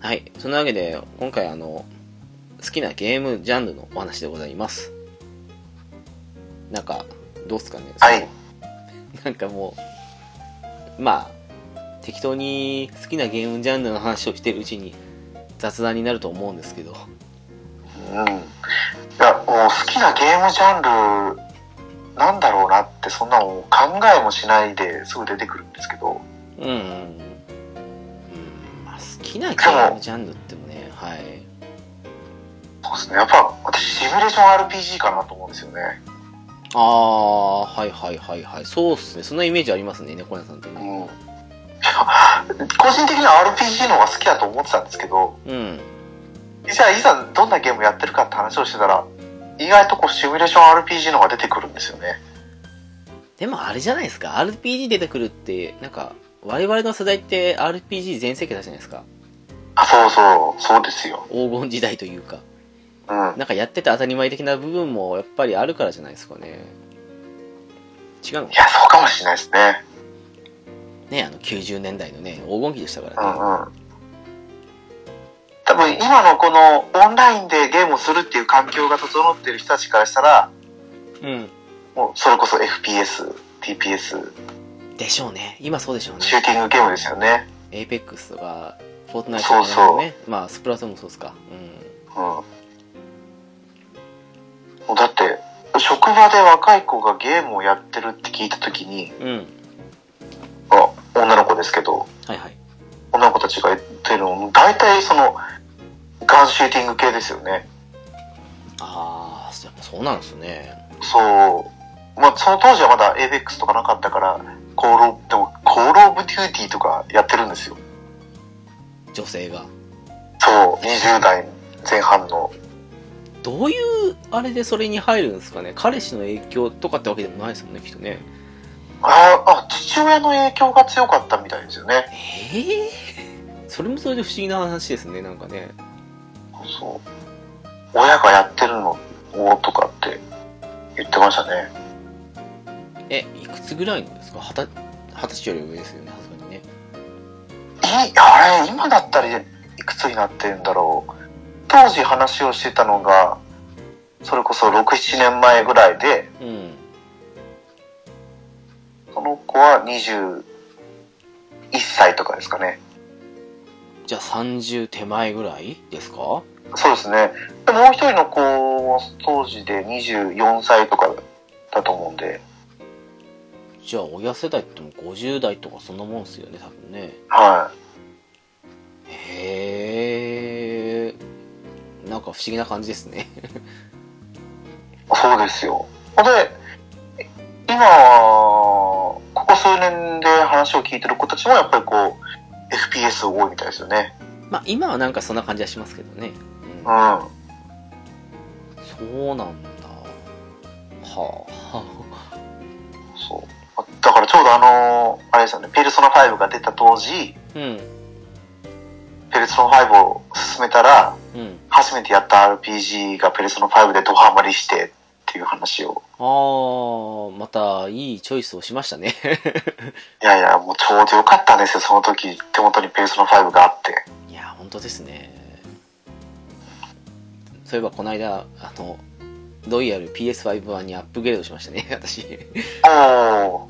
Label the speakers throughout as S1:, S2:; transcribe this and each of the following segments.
S1: はい。そんなわけで、今回あの、好きなゲームジャンルのお話でございます。なんか、どうっすかね
S2: はい。
S1: その なんかもう、まあ、適当に好きなゲームジャンルの話をしてるうちに雑談になると思うんですけど。
S2: うん。いや、もう好きなゲームジャンル、なんだろうなって、そんなの考えもしないですぐ出てくるんですけど、
S1: うん、うん。うんまあ、好きなゲームジャンルってもね、はい。
S2: そうですね。やっぱ、私、シミュレーション RPG かなと思うんですよね。
S1: ああ、はいはいはいはい。そうっすね。そんなイメージありますね、猫屋さんって
S2: うん
S1: ね。。
S2: いや個人的には RPG の方が好きだと思ってたんですけど、
S1: うん。
S2: じゃあいざどんなゲームやってるかって話をしてたら、意外とこうシミュレーション RPG の方が出てくるんですよね。
S1: でもあれじゃないですか RPG 出てくるってなんか我々の世代って RPG 全盛期だじゃないですか
S2: あ、そうそう、そうですよ。
S1: 黄金時代というか
S2: うん。
S1: なんかやってて当たり前的な部分もやっぱりあるからじゃないですかね違うの
S2: いや、そうかもしれないですね。
S1: ねあの90年代のね黄金期でしたか
S2: う
S1: らね
S2: んうん。多分今のこのオンラインでゲームをするっていう環境が整っている人たちからしたら、
S1: うん、
S2: もうそれこそ FPS、TPS、
S1: でしょうね今そうでしょうね
S2: シューティングゲームですよね。
S1: APEX とかフォートナイトとかね
S2: そう
S1: まあスプラトゥーンもそうですか
S2: うん。もうだって、職場で若い子がゲームをやってるって聞いた時に、
S1: うんうん
S2: あ、女の子ですけど、
S1: はいはい
S2: 女の子たちが言ってるのも、大体その、ガンシューティング系ですよね。
S1: ああやっぱそうなんですね
S2: そう。まあ、その当時はまだ ABEX とかなかったから、コールオブ、でも、コールオブデューティーとかやってるんですよ。
S1: 女性が
S2: そう、20代前半の。
S1: どういうあれでそれに入るんですかね彼氏の影響とかってわけでもないですもんねきっとね
S2: ああ、父親の影響が強かったみたいですよね。
S1: ええそれもそれで不思議な話ですねなんかね
S2: そう。親がやってるのをとかって言ってましたね。
S1: えいくつぐらいのですか二十二十歳より上ですよねさすがにね
S2: いい、あれ、今だったらいくつになってるんだろう。当時話をしてたのが、それこそ6、7年前ぐらいで、
S1: うん
S2: その子は21歳とかですかね。
S1: じゃあ30手前ぐらいですか
S2: そうですね。でもう一人の子も当時で24歳とかだと思うんで、
S1: じゃあ親世代っても50代とかそんなもんですよね多分ね
S2: は
S1: へえなんか不思議な感じですね
S2: い。そうですよ。で、今は、ここ数年で話を聞いてる子たちもやっぱりこう、FPS 多いみたいですよね。
S1: まあ今はなんかそんな感じはしますけどね、うん
S2: うん。は
S1: そうなんだ。はあ。
S2: い。そう。だからちょうどあの、あれですよね、ペルソナ5が出た当時、
S1: うん。
S2: ペルソナ5を進めたら、
S1: うん。
S2: 初めてやった RPG がペルソナ5でドハマりしてっていう話を。
S1: ああ、またいいチョイスをしましたね。
S2: いやいや、もうちょうどよかったんですよ、その時。手元にペースの5があって。
S1: いや、本当ですね。そういえばこの間あのロイヤル PS5 版にアップグレードしましたね私や
S2: お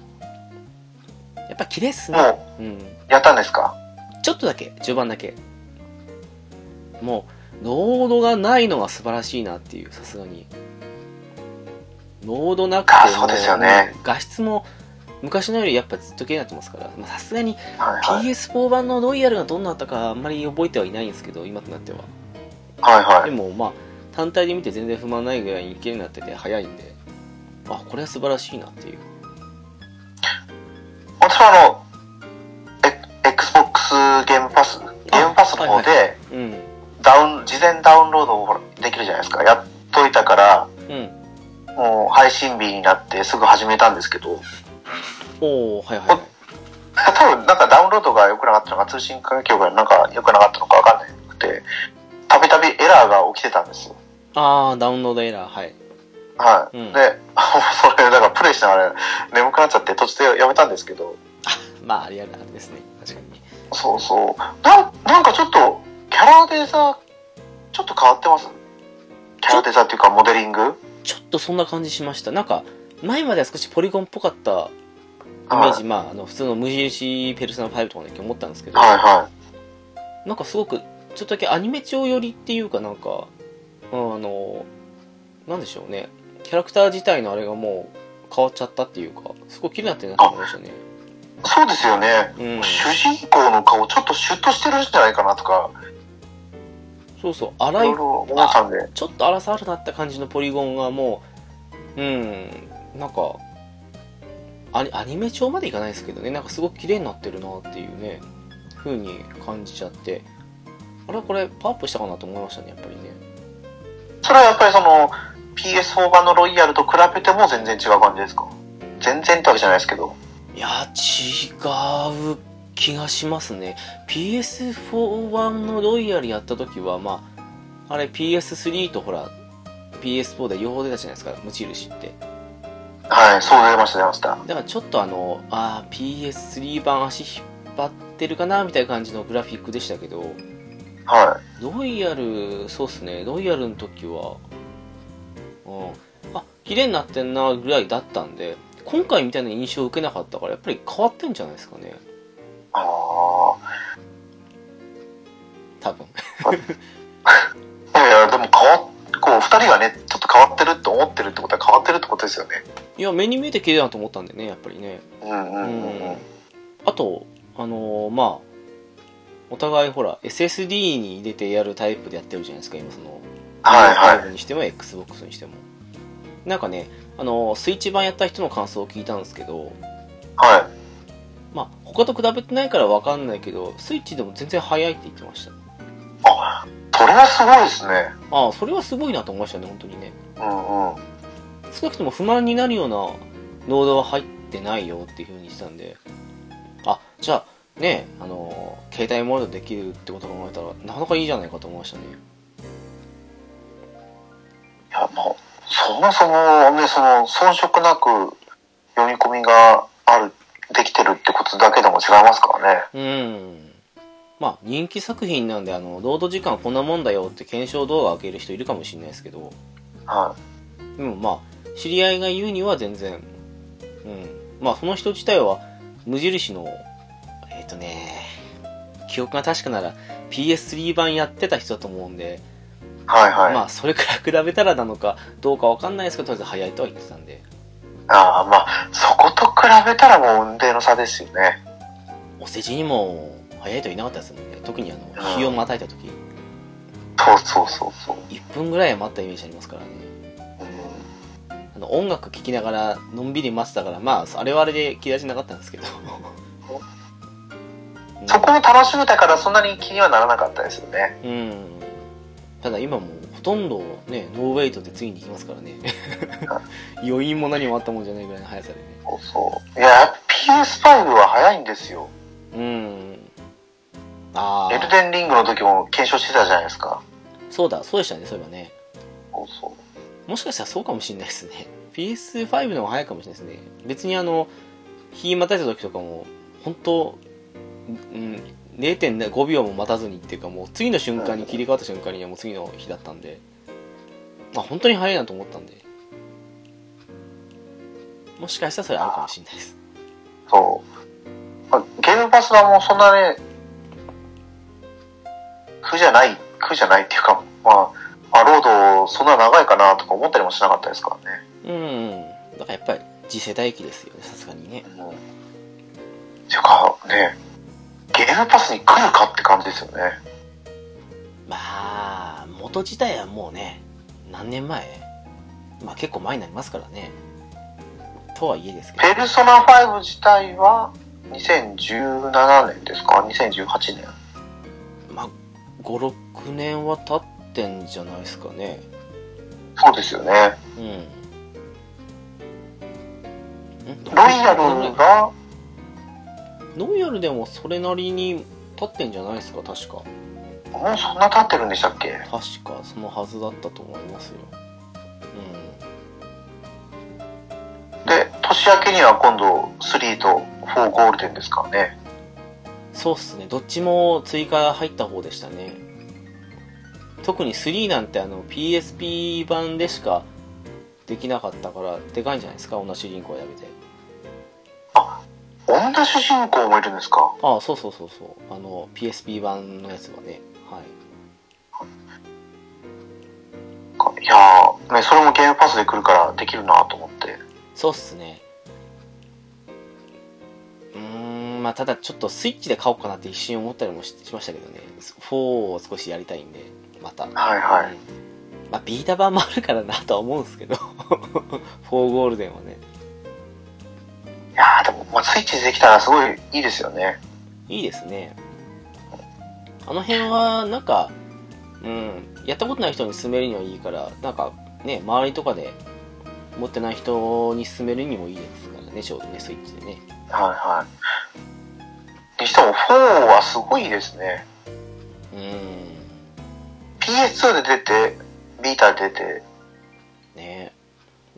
S1: っぱ綺麗っす
S2: ー、
S1: ね
S2: も
S1: うん
S2: う、やったんですか
S1: ちょっとだけ序盤だけもうノードがないのが素晴らしいなっていうさすがにノードなくて
S2: あそうですよね
S1: もう画質も昔のよりやっぱずっと綺麗になってますからまあさすがに
S2: はいはい。
S1: PS4 版のロイヤルがどんなだったかあんまり覚えてはいないんですけど今となっては
S2: はいは
S1: で
S2: い。
S1: もまあ単体で見て全然不満ないぐらいに綺麗になってて早いんであこれは素晴らしいなっていう
S2: 私はあの、え Xbox ゲームパス、ゲームパスの方
S1: は
S2: で、
S1: うん
S2: ダウン、事前ダウンロードをほらできるじゃないですか。やっといたから、
S1: うん
S2: もう配信日になってすぐ始めたんですけど、
S1: おおはいはいはい
S2: 多分なんかダウンロードが良くなかったのか、通信環境がなんか良くなかったのかわかんなくて、たびたびエラーが起きてたんですよ。
S1: ああダウンロードエラーはい
S2: はい。
S1: うん
S2: で、 それ、だからプレイしながら眠くなっちゃって途中でやめたんですけど、
S1: まあありあるあるですね確かに
S2: そうそう。なんなんかちょっと、キャラデザ、ちょっと変わってますキャラデザっていうかモデリング
S1: ちょっとそんな感じしましたなんか前までは少しポリゴンっぽかったイメージ、まあ、あの普通の無印ペルソナ5とかの時思ったんですけど、
S2: はいは
S1: なんかすごくちょっとだけアニメ調寄りっていうかなんか、うんあのなんでしょうねキャラクター自体のあれがもう変わっちゃったっていうかすごい綺麗になってるなと思いましたね
S2: い。そうですよね。
S1: うん
S2: 主人公の顔ちょっとシュッとしてるんじゃないかなとか、
S1: そうそう
S2: い
S1: 荒い
S2: ろいろ思ったんで。
S1: ちょっと荒さあるなった感じのポリゴンがもううんなんかアニアニメ調までいかないですけどねなんかすごく綺麗になってるなっていうね風に感じちゃってあれこれパワーアップしたかなと思いましたねやっぱりね
S2: それはやっぱりその PS4 版のロイヤルと比べても全然違う感じですか全然ってわけじゃないですけど。
S1: いや違う気がしますね PS4 版のロイヤルやった時はまああれ PS3 とほら PS4 で両方出たじゃないですか無印って
S2: はい、そう出ました、出ました。
S1: だからちょっとあのあー PS3 版足引っ張ってるかなみたいな感じのグラフィックでしたけど
S2: は
S1: ロイヤルそうっすねロイヤルの時はうんあ綺麗になってんなぐらいだったんで今回みたいな印象を受けなかったからやっぱり変わってんじゃないですかね
S2: い。ああ
S1: 多分
S2: ー。いやいや、でも変わっ、こう、二人がね、ちょっと変わってるって思ってるってことは変わってるってことですよね。
S1: いや目に見えて綺麗だなと思ったんでねやっぱりね
S2: うんうんうんうん。
S1: あとあのーまあお互いほら SSD に入れてやるタイプでやってるじゃないですか今その
S2: はいは
S1: PS5 にしても XBOX にしてもなんかねあのスイッチ版やった人の感想を聞いたんですけど
S2: い。はい。
S1: まあ他と比べてないから分かんないけどスイッチでも全然早いって言ってました
S2: あ、それはすごいですね。
S1: ああそれはすごいなと思いましたね本当にね
S2: うんうん。
S1: 少なくとも不満になるようなノードは入ってないよっていうふうにしたんであじゃあねあの携帯モードできるってことを考えたらなかなかいいじゃないかと思いましたね
S2: いや、もう、そもそもね、その、遜色なく読み込みがある、できてるってことだけでも違いますからね。
S1: うんまあ人気作品なんであのロード時間こんなもんだよって検証動画を上げる人いるかもしれないですけど
S2: は
S1: でもまあ知り合いが言うには全然うんまあその人自体は無印のえっ、とね記憶が確かなら PS3 版やってた人だと思うんで、
S2: い。はいはい。
S1: まあそれから比べたらなのかどうかわかんないですけどとりあえず早いとは言ってたんで
S2: ああ、まあ、そこと比べたらもう運命の差ですよね。
S1: お世辞にも早いといなかったですもんね特にあ
S2: う
S1: の
S2: ん
S1: 日をまたいた時
S2: そうそうそうそう。
S1: 1分ぐらいは待ったイメージありますからね
S2: うん、
S1: あの音楽聴きながらのんびり待ってたからまああれはあれで嫌いじゃなかったんですけどうん
S2: そこを楽しめたからそんなに気にはならなかったですよね。
S1: うんただ今もうほとんどねノーウェイトで次に行きますからね 余韻も何もあったもんじゃないぐらいの速さでね
S2: そうそう。いや、PS5 は早いんですよ。
S1: うんあ
S2: エル
S1: あ
S2: デンリングの時も検証してたじゃないですか。
S1: そうだそうでしたねそういえばね
S2: そうそう。
S1: もしかしたらそうかもしれないですね PS5 の方が早いかもしれないですね別にあの日またいた時とかも本当うん0.5秒も待たずにっていうかもう次の瞬間に切り替わった瞬間にはもう次の日だったんでまあ本当に早いなと思ったんでもしかしたらそれあるかもしれないです
S2: そう。まあ、ゲームパスがもうそんなね、苦じゃない、苦じゃないっていうか、まあ、アロードそんな長いかなとか思ったりもしなかったですからね。
S1: うんだからやっぱり次世代機ですよねさすがにね
S2: うん。ていうかね、ゲームパスに来るかって感じですよね。
S1: まあ元自体はもうね何年前まあ結構前になりますからねとはいえですけど
S2: ペルソナ5自体は2017年ですか ?2018 年。
S1: まあ56年は経ってんじゃないですかね
S2: そうですよね。
S1: うんん
S2: ロイヤルが、
S1: ロイヤルでもそれなりに経ってんじゃないですか確か
S2: もうそんな経ってるんでしたっけ
S1: 確かそのはずだったと思いますようん
S2: で、年明けには今度3と4ゴールデンですからね。
S1: そうっすねどっちも追加入った方でしたね特に3なんてあの PSP 版でしかできなかったからでかいんじゃないですか女主人公やめて
S2: 女主人公もいるんですか
S1: ああそうそうそうそうあの PSP 版のやつはねはい
S2: いやー、ね、それもゲームパスで来るからできるなと思って。
S1: そうっすねうーんまあただちょっとスイッチで買おうかなって一瞬思ったりもししましたけどね4を少しやりたいんでまた
S2: はいはい。
S1: うんまあビータ版もあるからなとは思うんですけど 4ゴールデンはね
S2: いやー、でも、まあ、スイッチでできたらすごいいいですよね。
S1: いいですねあの辺はなんかうんやったことない人に勧めるにはいいからなんかね周りとかで持ってない人に勧めるにもいいですからねちょうどねスイッチでね
S2: はいはい。にしても、4はすごいですね。
S1: うん
S2: PS2 で出て、ビータで出て、
S1: ねえ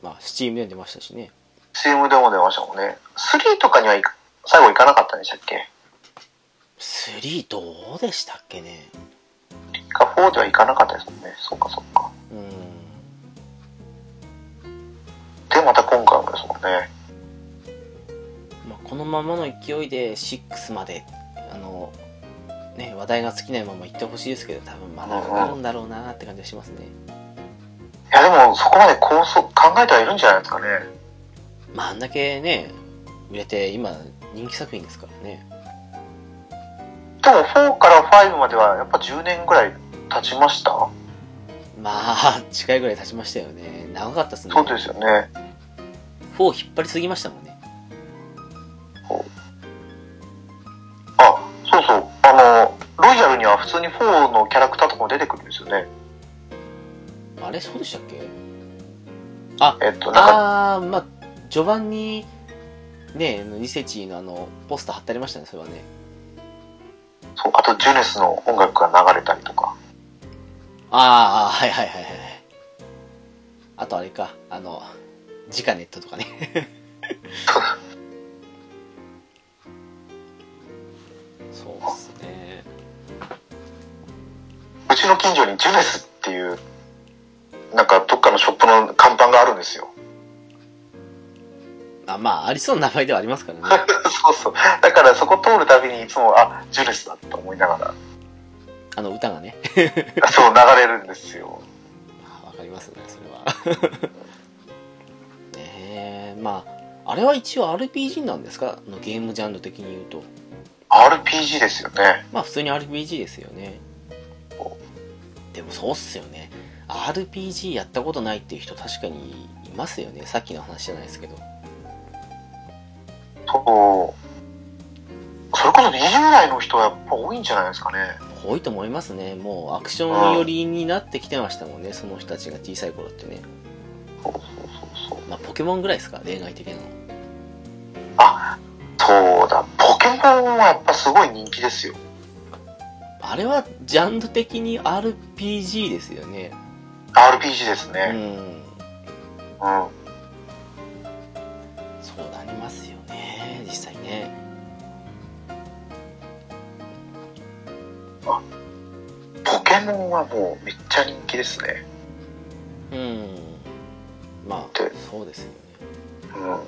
S1: まあスチームで出ましたしね
S2: CM でも出ましたもんね。3とかにはいか最後いかなかったんでしたっけ
S1: 3どうでしたっけね
S2: か、4ではいかなかったですもんね。そうかそうか。
S1: うん
S2: で、また今回もですもんね。
S1: まあこのままの勢いで6まであのね話題が尽きないまま行ってほしいですけど多分まだかかるんだろうなって感じがしますね
S2: いや、でも、そこまで構想、考えてはいるんじゃないですかね。
S1: まああんだけね売れて今人気作品ですからね
S2: でも4から5まではやっぱ10年ぐらい経ちました、
S1: まあ近いぐらい経ちましたよね長かったですね
S2: そうですよね。
S1: 4引っ張りすぎましたもんね
S2: あ、そうそう。あの、ロイヤルには普通に4のキャラクターとかも出てくるんですよね。
S1: あれそうでしたっけあ
S2: えっと、なんか、
S1: ああーまあ序盤にねニセチのあのポスター貼ってありましたねそれはね
S2: そう、あとジュネスの音楽が流れたりとか。
S1: ああはいはいはいはいあとあれかあの直ネットとかね そうっすね
S2: うちの近所にジュネスっていう、なんかどっかのショップの看板があるんですよ。
S1: あまあありそうな名前ではありますからね
S2: そうそう。だからそこ通るたびにいつも、あ、ジュネスだと思いなが
S1: あの歌がね
S2: ら、 そう流れるんですよ。
S1: あわかりますねそれは ねえまああれは一応 RPG なんですかあのゲームジャンル的に言うと
S2: RPG ですよね。
S1: まあ普通に RPG ですよねでもそうっすよね RPG やったことないっていう人確かにいますよねさっきの話じゃないですけど
S2: そう。それこそ20代の人はやっぱ多いんじゃないですかね。
S1: 多いと思いますねもうアクション寄りになってきてましたもんねその人たちが小さい頃ってね
S2: そうそうそうそう。
S1: まあポケモンぐらいですか例外的なの
S2: あ、そうだ。ポケモンはやっぱすごい人気ですよ。
S1: あれはジャンル的に RPG ですよね
S2: RPG です
S1: う
S2: ね。
S1: ん
S2: うん。
S1: そうなりますよね実際ね
S2: ポケモンはもうめっちゃ人気ですね。
S1: うんまあ
S2: で
S1: そうですよね
S2: うん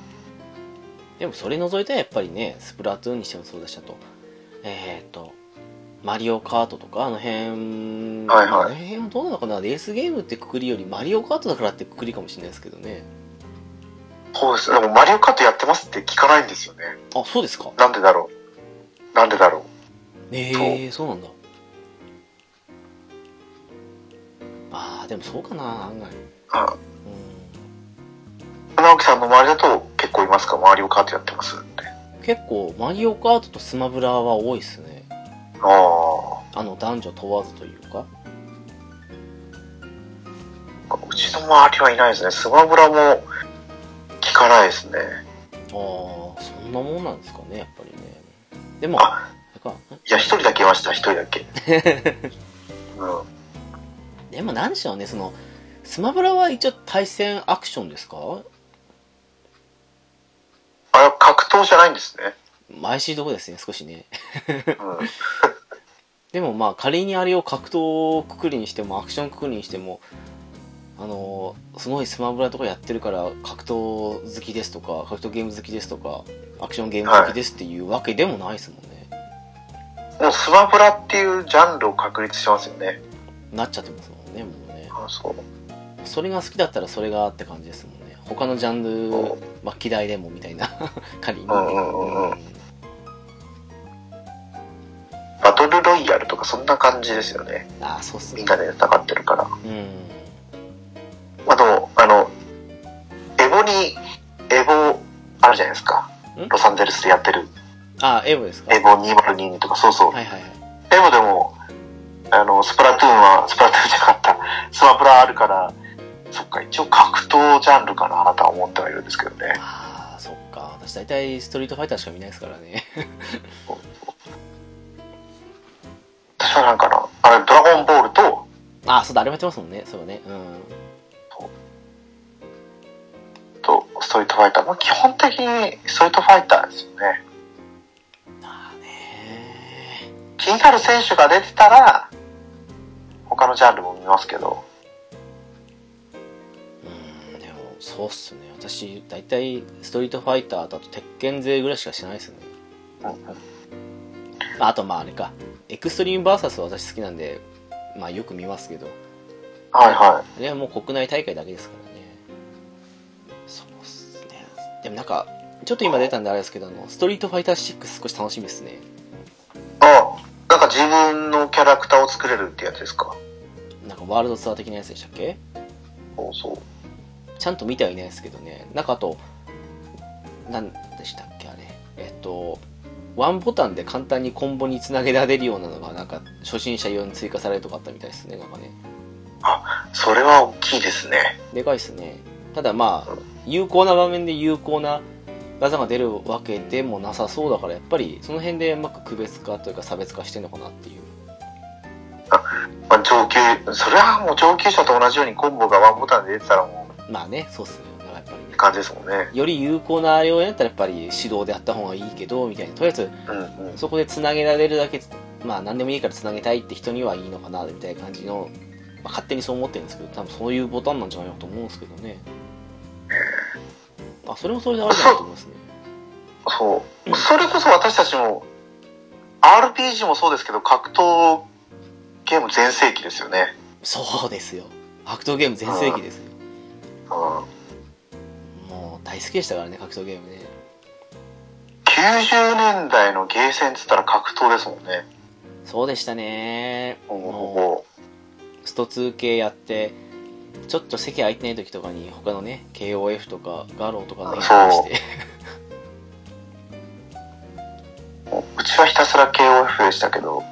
S1: でもそれ除いてはやっぱりねスプラトゥーンにしてもそうだしあとえっ、とマリオカートとかあの辺、
S2: はいはい
S1: あの辺はどうなのかなレースゲームってくくりよりマリオカートだからってくくりかもしれないですけどね
S2: そうです。でもマリオカートやってますって聞かないんですよね。
S1: あそうですか
S2: なんでだろう。なんでだろ
S1: ええそうなんだああでもそうかな案外
S2: う。うん。
S1: う
S2: 直樹さんの周りだと結構いますかマリオカートやってますって。
S1: ん結構マリオカートとスマブラは多いですね
S2: ああ。
S1: あの男女問わずというか
S2: うちの周りはいないですね。スマブラも聞かないですね。
S1: ああそんなもんなんですかねやっぱりねでもあ
S2: あ、
S1: れか
S2: いや、一人だけいました。一人だけ。うん。
S1: でも何でしょうねそのスマブラは一応対戦アクションですか
S2: あれは格闘じゃないんですね。
S1: 毎週どこですね少しね
S2: うん。
S1: でもまあ仮にあれを格闘くくりにしてもアクションくくりにしてもあのーすごいスマブラとかやってるから格闘好きですとか格闘ゲーム好きですとかアクションゲーム好きですっていうわけでもないですもんね、
S2: もうスマブラっていうジャンルを確立してますよね。
S1: なっちゃってますもんねもうね
S2: あそう。
S1: それが好きだったらそれがって感じですもんね他のジャンル、まあ、嫌いでもみたいな 仮に、
S2: うんうんうんうん
S1: うん
S2: バトルロイヤルとかそんな感じですよね。
S1: ああそうっす
S2: み
S1: ね
S2: んなで戦ってるから。
S1: うん
S2: まあでも、あの、エボに、エボ、あるじゃないですか
S1: ん。
S2: ロサンゼルスでやってる、
S1: あエブですか
S2: エボ2022とか、そうそう。
S1: はいはいはい
S2: エボでも、あの、スプラトゥーンは、スプラトゥーンじゃなかった、スマブラあるから、そっか、一応格闘ジャンルかな、あなたは思ってはいるんですけどね。
S1: ああそっか私大体ストリートファイターしか見ないですからね
S2: 私はなんかな、あれ、ドラゴンボールと、
S1: ああそうだあれもやってますもんねそうだねうん
S2: と、ストリートファイター。まあ基本的にストリートファイターですよね。
S1: ああね
S2: 気になる選手が出てたら、他のジャンルも見ますけど、
S1: ーうんでもそうっすね私大体ストリートファイターだと鉄拳勢ぐらいしかしないですね
S2: うんうん
S1: まああとまああれかエクストリームバーサスは私好きなんでまあよく見ますけど
S2: はいは
S1: あれはもう国内大会だけですからねそうっすねでもなんかちょっと今出たんであれですけどあのストリートファイター6少し楽しみですね
S2: い。あ、なんか自分のキャラクターを作れるってやつですか。
S1: なんかワールドツアー的なやつでしたっけ
S2: そうそう。
S1: ちゃんと見てはいないですけどねなんかあと何でしたっけあれえっとワンボタンで簡単にコンボにつなげられるようなのがなんか初心者用に追加されるとかあったみたいですねなんかね
S2: それは大きいですね。
S1: でかいですねただまあ有効な場面で有効な技が出るわけでもなさそうだからやっぱりその辺でうまく区別化というか差別化してるのかなっていう
S2: まあ、上級、それはもう上級者と同じようにコンボがワンボタンで出てたらもう
S1: まあねそうっすねだからやっぱりね
S2: 感じですもんね。
S1: より有効なようになったらやっぱり指導であった方がいいけどみたいなとりあえず
S2: うんうん。
S1: そこでつなげられるだけ、まあ何でもいいからつなげたいって人にはいいのかな、みたいな感じの、まあ勝手にそう思ってるんですけど、多分そういうボタンなんじゃないかと思うんですけどね。あ、それもそれであるじゃないと思いますね。
S2: そう。それこそ私たちも、RPG もそうですけど、格闘ゲーム全盛期ですよね。
S1: そうですよ。格闘ゲーム全盛期ですよ。
S2: うん。
S1: もう大好きでしたからね、格闘ゲームね。
S2: 90年代のゲーセンっつったら格闘ですもんね。
S1: そうでしたね。
S2: ほぼほ
S1: もう、
S2: ぼ。
S1: スト2系やって、ちょっと席空いてない時とかに他のね、KOF とかガローとかのやつして、
S2: うちはひたすら KOF でしたけど、
S1: も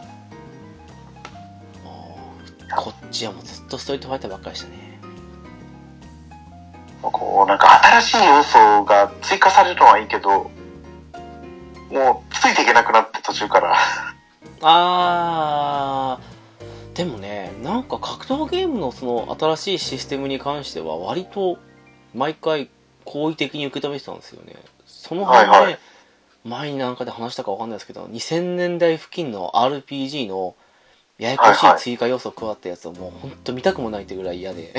S1: う、こっちはもうずっとストリートファイターばっかりでしたね。
S2: こう、なんか新しい要素が追加されるのはいいけど、もうついていけなくなって途中から。
S1: あーでもねなんか格闘ゲームのその新しいシステムに関しては割と毎回好意的に受け止めてたんですよねその辺で、
S2: はいはい
S1: 前になんかで話したかわかんないですけど2000年代付近の RPG のややこし
S2: はいはいい
S1: 追加要素加わったやつはもうほんと見たくもないってぐらい嫌 で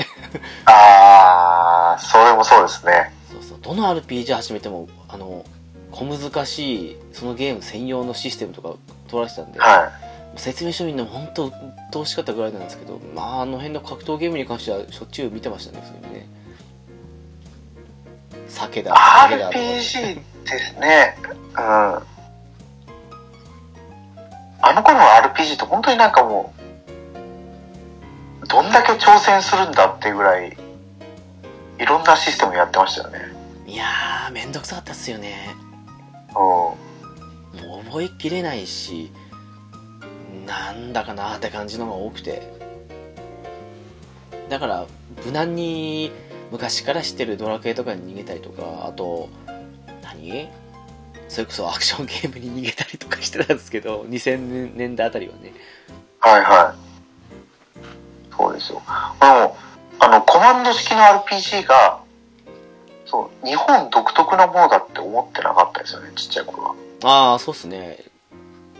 S2: ああ、それもそうですね。
S1: そうそうどの RPG 始めてもあの小難しいそのゲーム専用のシステムとか取られてたんで、
S2: はい。
S1: 説明書見るのも本当鬱陶しかったぐらいなんですけどまああの辺の格闘ゲームに関してはしょっちゅう見てましたねそういうのね酒だ酒だとかね
S2: RPG ですね。うん。あの頃の RPG って本当になんかもう、どんだけ挑戦するんだっていうぐらい、いろんなシステムやってましたよね。
S1: いやーめんどくさかったっすよね
S2: うん。
S1: もう覚えきれないしなんだかなーって感じのが多くてだから無難に昔から知ってるドラクエとかに逃げたりとかあと何それこそアクションゲームに逃げたりとかしてたんですけど2000年代あたりはね
S2: はいはい。そうですよ。でも、あの、コマンド式の RPG が、そう、日本独特なものだって思ってなかったですよね、ちっちゃい頃は。
S1: ああそうっすね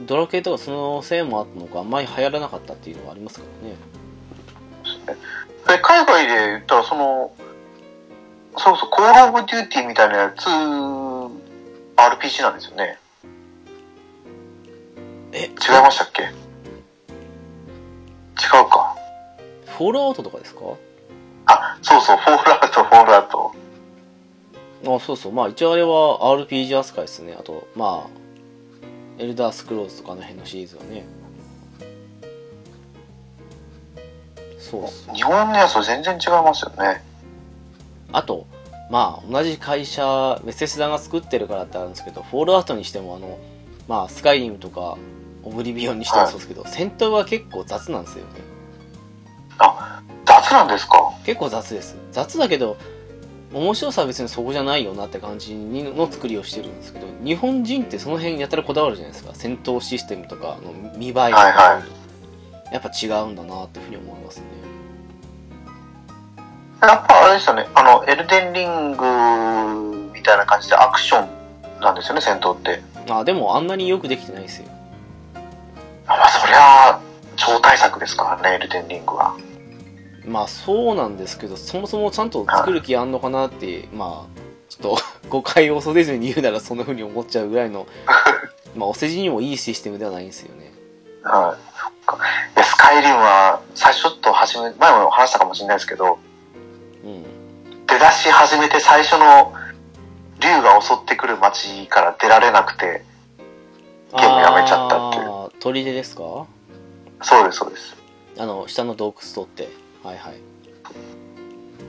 S1: ドラクエとかそのせいもあったのかあんまり流行らなかったっていうのはありますからね
S2: で、海外で言ったら、その、そうそう、コールオブデューティーみたいなやつ、RPG なんですよね。
S1: え
S2: 違いましたっけ違うか。
S1: フォールアウトとかですか
S2: あ、そうそう、フォールアウト、フォールアウト。
S1: あそうそうまあ一応あれは RPG 扱いですねあとまあエルダースクローズとかあの辺のシリーズはねそうっす
S2: 日本のやつと全然違いますよね。
S1: あとまあ同じ会社メセスダが作ってるからってあるんですけどフォールアウトにしてもあのまあスカイリムとかオブリビオンにしてもそうですけど、戦闘は結構雑なんですよね
S2: 雑なんですか
S1: 結構雑です雑だけど面白さは別にそこじゃないよなって感じにの作りをしてるんですけど日本人ってその辺やたらこだわるじゃないですか戦闘システムとかの見栄えとか、
S2: はいは
S1: やっぱ違うんだなっていうふうに思いますね
S2: やっぱあれですよね、あの、エルデンリングみたいな感じでアクションなんですよね、戦闘って。
S1: あでもあんなによくできてないですよ
S2: あまあ、そりゃあ、超大作ですからね、エルデンリングは。
S1: まあそうなんですけどそもそもちゃんと作る気あんのかなってまあちょっと 誤解を恐れずに言うならそんなふうに思っちゃうぐらい のまあお世辞にもいいシステムではないんですよね
S2: はい。そっか。いや、スカイリムは、最初ちょっと始め、前も話したかもしれないですけど、
S1: うん
S2: 出だし始めて最初の、竜が襲ってくる街から出られなくて、
S1: ゲ
S2: ームやめちゃったっていう
S1: 砦ですか
S2: そうです、そうです。
S1: あの下の洞窟取ってはいはい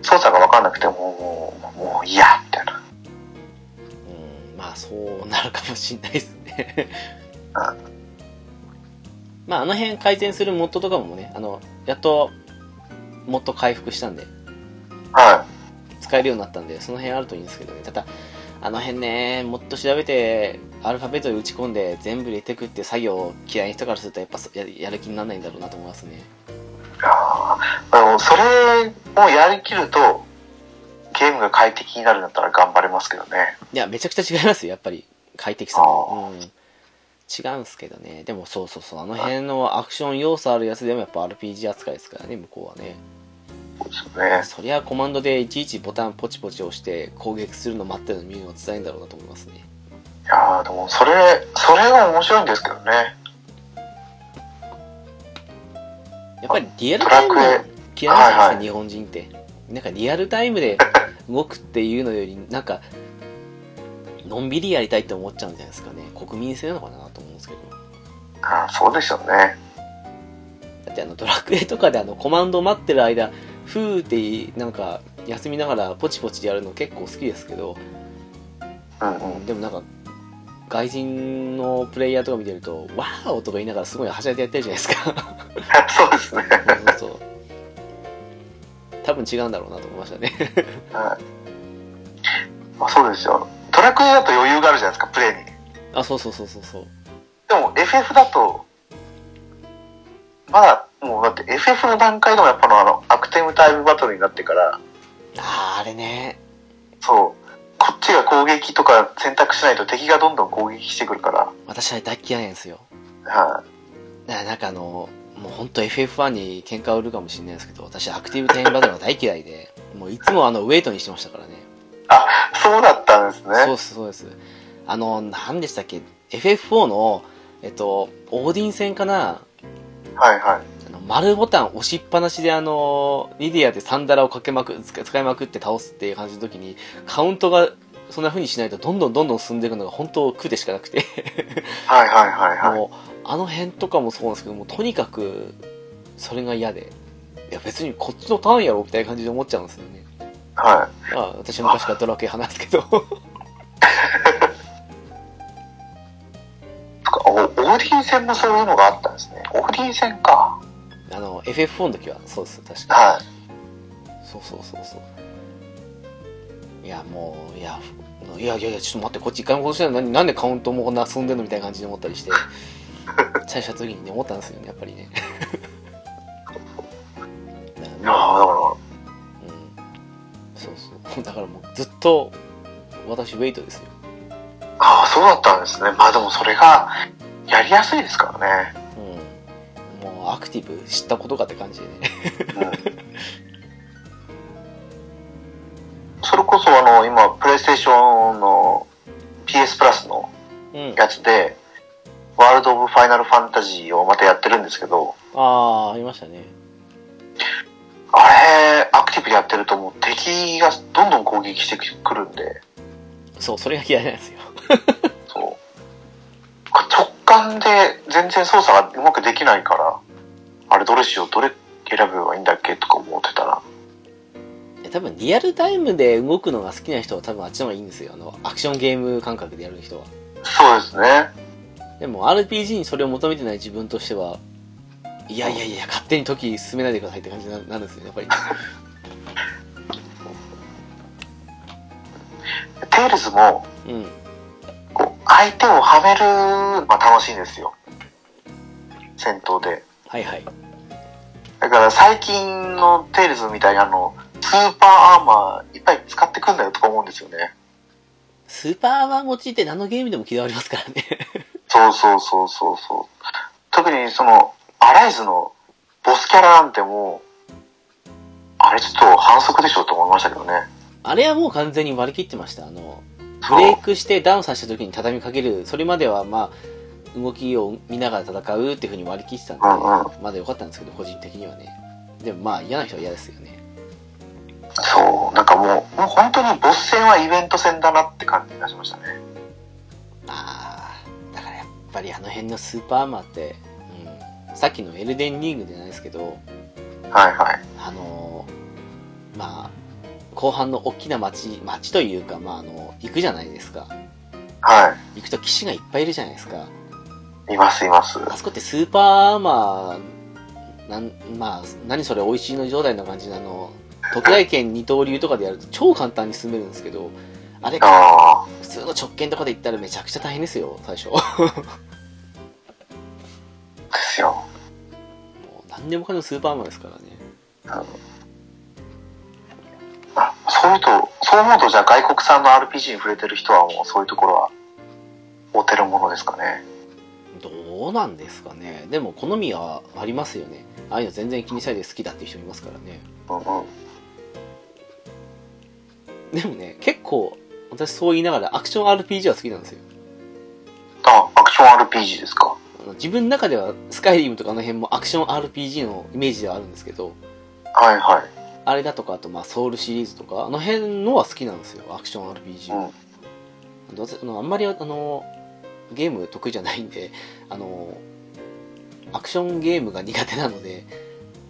S2: 操作がわかんなくても、もう、もういいや、みたいな。
S1: うんまあそうなるかもしんないですね
S2: あ
S1: まああの辺改善するモッドとかもねあのやっとモッド回復したんで
S2: は
S1: 使えるようになったんでその辺あるといいんですけどねただあの辺ねもっと調べてアルファベットで打ち込んで全部入れてくって作業を嫌いな人からするとやっぱそややる気にならないんだろうなと思いますね
S2: い。あーでも、それをやりきると、ゲームが快適になるんだったら頑張れますけどね。
S1: いや、めちゃくちゃ違いますよ、やっぱり。快適さも。
S2: あ
S1: うん。違うんすけどね。でも、そうそうそう。あの辺のアクション要素あるやつでもやっぱ RPG 扱いですからね、向こうはね。
S2: そうですよね。
S1: そりゃコマンドでいちいちボタンポチポチ押して攻撃するの待ってるの見るの辛いんだろうなと思いますね。
S2: いやーでも、それ、それが面白いんですけどね。
S1: やっぱりリアルタイム
S2: ド
S1: 嫌いな
S2: ラク
S1: んですよ、
S2: はいはい
S1: 日本人って。なんかリアルタイムで動くっていうのより、なんか、のんびりやりたいって思っちゃうんじゃないですかね。国民性なのかなと思うんですけど。
S2: あーそうですよね。
S1: だってあのドラクエとかであのコマンド待ってる間ふーってなんか休みながらポチポチやるの結構好きですけど、
S2: うん う。
S1: うんんでもなんか外人のプレイヤーとか見てると「ワーオ!」とか言いながらすごいはしゃいでやってるじゃないですか
S2: そうですね。
S1: そうそう多分違うんだろうなと思いましたね
S2: はい。まあ、そうですよ。ドラクエだと余裕があるじゃないですか、プレイに。
S1: あそうそうそうそうそう
S2: でも、FF だと、まだ、もうだって FF の段階でもやっぱのあの、アクティブタイムバトルになってから、
S1: あーあれね
S2: そう、こっちが攻撃とか選択しないと敵がどんどん攻撃してくるから、
S1: 私は大っ嫌いなんですよ
S2: は
S1: ななんかあのもう本当 FF1 に喧嘩売るかもしれないですけど、私アクティブタイムバトルが大嫌いで、もういつもあのウェイトにしてましたからね。
S2: そうだったんですね。
S1: そうです、そうです。あの、何でしたっけ ?FF4 の、えっと、オーディン戦かな
S2: はいはい。
S1: あの丸ボタン押しっぱなしであの、リディアでサンダラをかけまく、使使いまくって倒すっていう感じの時に、カウントがそんな風にしないとどんどんどんどん進んでいくのが本当苦でしかなくて。
S2: はいはいはいはい。
S1: もうあの辺とかもそうなんですけどもうとにかくそれが嫌でいや別にこっちのターンやろみたいな感じで思っちゃうんですよね
S2: は
S1: まあ私は昔からドラクエ派なんですけど
S2: い。とか、おオーディン戦もそういうのがあったんですね。オーディン戦か。
S1: あの FF4 の時はそうです確か
S2: はい。
S1: そうそうそうそういやもういやいやいやいやちょっと待ってこっち一回も殺してないのになんでカウントもこんな遊んでんのみたいな感じで思ったりして 最初の時にね思ったんですよねやっぱ りねだから
S2: いやーだか
S1: うんそうそう。だからもうずっと、私、ウェイトですよ。
S2: ら、ああ、そうだったんですね。まあでもそれが、やりやすいですからね。
S1: うん。もうアクティブ知ったことかって感じでね。
S2: それこそあの、今、プレイステーションの PS プラスの
S1: うん。
S2: やつで、ワールド・オブ・ファイナル・ファンタジーをまたやってるんですけど、
S1: ああー、ありましたね。
S2: あれ、アクティブでやってるともう敵がどんどん攻撃してくるんで、
S1: そう、それが嫌いなんですよ。
S2: そう。直感で全然操作がうまくできないから、あれどれしよう、どれ選べばいいんだっけとか思ってたら。
S1: いや多分、リアルタイムで動くのが好きな人は多分あっちの方がいいんですよ。あの、アクションゲーム感覚でやる人は。
S2: そうですね。
S1: でも、RPG にそれを求めてない自分としては、いやいやいや、勝手に時進めないでくださいって感じにななるんですよ、やっぱり。
S2: テイルズも、
S1: うん。
S2: こう、相手をはめるのが楽しいんですよ。戦闘で。
S1: はいはい。
S2: だから最近のテイルズみたいにあの、スーパーアーマーいっぱい使ってくんだよとか思うんですよね。
S1: スーパーワン持ちって何のゲームでも嫌われますからね。
S2: そうそうそうそうそう。特にその、アライズのボスキャラなんてもう、あれちょっと反則でしょと思いましたけどね。
S1: あれはもう完全に割り切ってました。あの、ブレイ
S2: そう。
S1: クしてダウンさせた時に畳みかける、それまではまあ、動きを見ながら戦うっていうふうに割り切ってたんで、
S2: うん
S1: まだ良かったんですけど、個人的にはね。でもまあ、嫌な人は嫌ですよね。
S2: そう。なんかもう、もう本当にボス戦はイベント戦だなって感じがしましたね。
S1: ああ、だからやっぱりあの辺のスーパーアーマーって、うん、さっきのエルデンリングじゃないですけど、
S2: はいはい。
S1: あのーまあ、後半の大きな町、町というか、まあ、あの、行くじゃないですか。
S2: は
S1: 行くと騎士がいっぱいいるじゃないですか。
S2: い。いますいます。
S1: あそこってスーパーアーマー、なん、まあ、何それ美味しいの状態な感じなの、特大剣二刀流とかでやると超簡単に進めるんですけど、あれ、
S2: あ
S1: 普通の直剣とかで行ったらめちゃくちゃ大変ですよ、最初。も
S2: あ、ですよ。
S1: う何でもかんでもスーパーアーマーですからね。
S2: あそういうと、そう思うとじゃあ外国産の RPG に触れてる人はもうそういうところは、おてるものですかね。
S1: どうなんですかね。でも好みはありますよね。ああいうの全然気にしないで好きだっていう人いますからね。
S2: うんうん。
S1: でもね、結構、私そう言いながらアクション RPG は好きなんですよ。
S2: あ、アクション RPG ですか。
S1: あの自分の中ではスカイリムとかあの辺もアクション RPG のイメージではあるんですけど、
S2: はいはい。
S1: あれだとか、あと、まあ、ソウルシリーズとか、あの辺のは好きなんですよ、アクション RPG は。どうせあのあんまり、あの、ゲーム得意じゃないんで、あの、アクションゲームが苦手なので、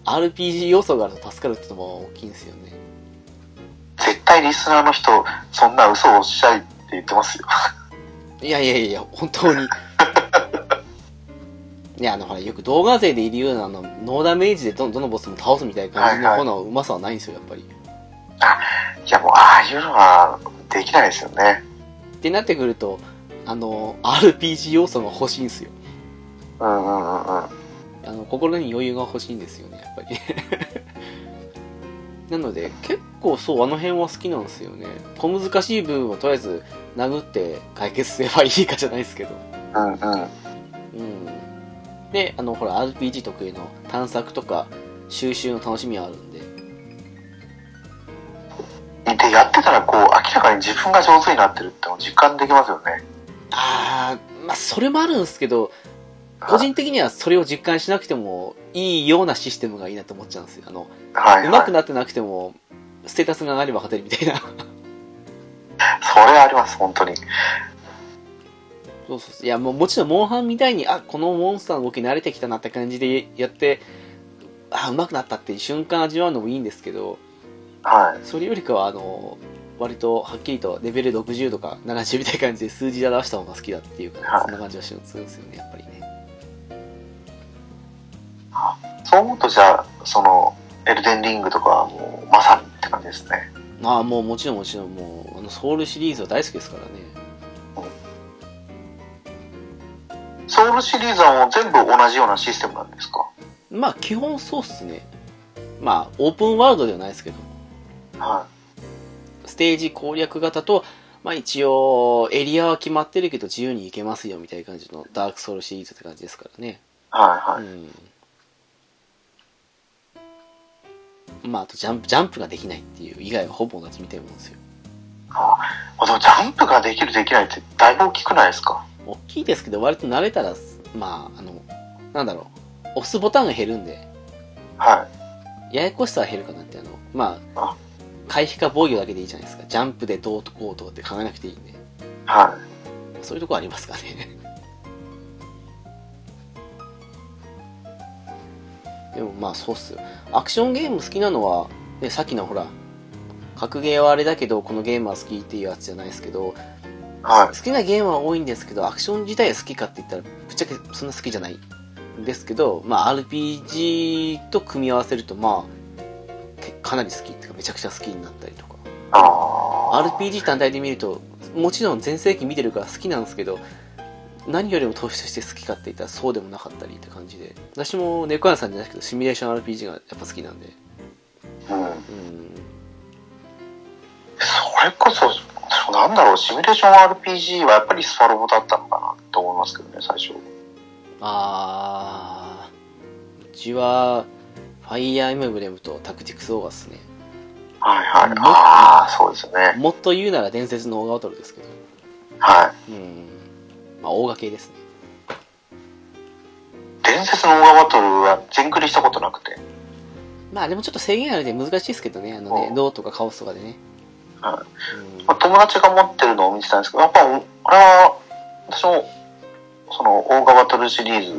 S1: RPG 要素があると助かるってのも大きいんですよね。
S2: 絶対リスナーの人、そんな嘘をおっしゃいって言ってますよ。
S1: いやいやいや、本当に。 いや、あの、ほら、よく動画勢でいるような、あの、ノーダメージでどのどのボスも倒すみたいな感じの
S2: は
S1: 方
S2: いはい
S1: のうまさはないんですよ、やっぱり。
S2: いやもう、ああいうのはできないですよね。
S1: ってなってくると、あの、RPG 要素が欲しいんですよ。
S2: うんうんうんうん。
S1: あの心に余裕が欲しいんですよねやっぱり なので結構そうあの辺は好きなんですよね小難しい部分をとりあえず殴って解決すればいいかじゃないですけど
S2: うんうん。
S1: うんであのほら RPG 特有の探索とか収集の楽しみはあるんで
S2: で、やってたらこう、明らかに自分が上手になってるってのを実感できますよね。
S1: ああまあそれもあるんですけど個人的にはそれを実感しなくてもいいようなシステムがいいなと思っちゃうんですよあの
S2: はい、
S1: 上手
S2: は
S1: く
S2: い。
S1: なってなくてもステータスが上がれば勝てるみたいな
S2: それあります、本当に。
S1: そうそうそういやもうもちろんモンハンみたいにあこのモンスターの動き慣れてきたなって感じでやってあ上手くなったっていう瞬間味わうのもいいんですけど
S2: はい。
S1: それよりかはあの割とはっきりとレベル60とか70みたいな感じで数字で表した方が好きだっていうか、
S2: はい
S1: そんな感じはするんですよねやっぱりね
S2: そう思うと、じゃあ、その、エルデンリングとかはもう、まさにって感じですね。
S1: まあもうもちろんもちろんもうあのソウルシリーズは大好きですからね
S2: ソウルシリーズはもう全部同じようなシステムなんですか
S1: まあ基本そうっすねまあオープンワールドではないですけど
S2: は
S1: ステージ攻略型と、まあ、一応エリアは決まってるけど自由に行けますよみたいな感じのダークソウルシリーズって感じですからね、
S2: い。はい、はい。
S1: うんまああとジャンプジャンプができないっていう以外はほぼ同じみたいなもんですよ
S2: あでも、ジャンプができる、できないって、だいぶ大きくないですか
S1: 大きいですけど割と慣れたらまああのなんだろう押すボタンが減るんで
S2: は
S1: ややこしさは減るかなってあのまあ
S2: あ
S1: 回避か防御だけでいいじゃないですかジャンプでどうとこうとかって考えなくていいんで
S2: い。は
S1: そういうとこありますかねでもまあそうっすよアクションゲーム好きなのは、ね、さっきのほら格ゲーはあれだけどこのゲームは好きっていうやつじゃないですけど
S2: い。は
S1: 好きなゲームは多いんですけどアクション自体好きかって言ったらぶっちゃけそんな好きじゃないんですけど、まあ、RPG と組み合わせるとまあけかなり好きっていうかめちゃくちゃ好きになったりとか
S2: い。ああ。
S1: RPG 単体で見るともちろん全盛期見てるから好きなんですけど何よりも突出して好きかって言ったらそうでもなかったりって感じで私も猫屋さんじゃないですけどシミュレーション RPG がやっぱ好きなんで
S2: うん。
S1: うん
S2: それこそ、そうなんだろう、シミュレーション RPG はやっぱりスパロボだったのかなと思いますけどね、最初。
S1: あーうちはファイヤーエムブレムとタクティクスオーガっすね
S2: はいはい
S1: うん。
S2: ああ、そうですよね。
S1: もっと言うなら伝説のオーガオトルですけど
S2: はい。
S1: うんまあオーガ系ですね
S2: 伝説のオーガバトルは全クリしたことなくて。
S1: まあでもちょっと制限あるんで難しいですけどねあのね
S2: うん
S1: ローとかカオスとかでね
S2: は
S1: うん
S2: まあ、友達が持ってるのを見てたんですけど、やっぱ、おあれは、私も、その、オーガバトルシリーズ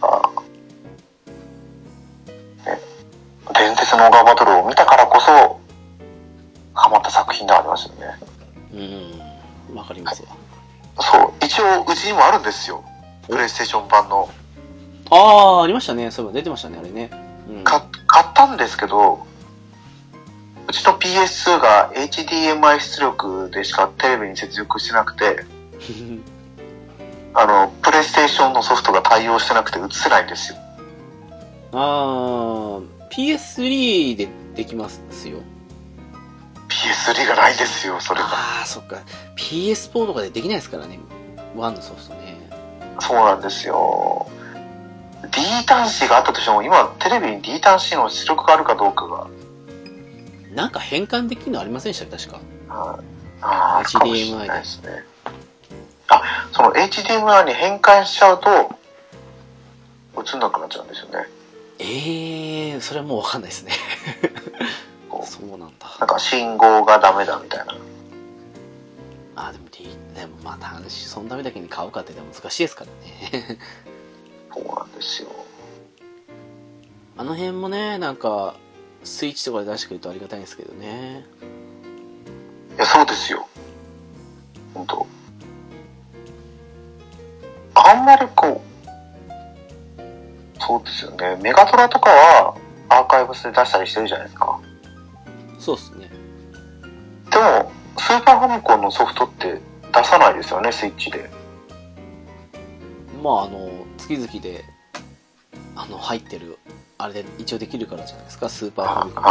S2: が、ね、伝説のオーガバトルを見たからこそ、ハマった作品ではありますよね。
S1: うんわかりますわ
S2: そう、一応、うちにもあるんですよ。プレイステーション版の。
S1: ああありましたねそういえば出てましたねあれね、うん、
S2: か買ったんですけど、うちの PS2 が HDMI 出力でしかテレビに接続してなくて、あの、プレイステーションのソフトが対応してなくて映せないんですよ。
S1: ああ PS3 でできますよ
S2: PS3 がないんですよ、それが。
S1: ああそっか PS4 とかでできないですからね1のソフトね
S2: そうなんですよ。D 端子があったとしても、今テレビに D 端子の出力があるかどうかが、
S1: なんか変換できるのありませんでした確か
S2: はいあーあるかもしれ
S1: HDMI
S2: ないですね。あ、その HDMI に変換しちゃうと、映んなくなっちゃうんですよね。
S1: ええー、それはもうわかんないです ね
S2: こう
S1: そうなんだ
S2: なんか信号がダメだみたいな。
S1: ああでも D でもまあ単子そんためだけに買うかって言ったら難しいですから ね
S2: そうなんですよ。
S1: あの辺もねなんかスイッチとかで出してくれるとありがたいんですけどね
S2: いや、そうですよ。本当あんまりこう、そうですよね。メガトラとかはアーカイブスで出したりしてるじゃないですか。
S1: そうっすね
S2: でも、スーパーファミコンのソフトって出さないですよね、スイッチで。
S1: まああの月々であの入ってるあれで一応できるからじゃないですかスーパーファミコン
S2: あ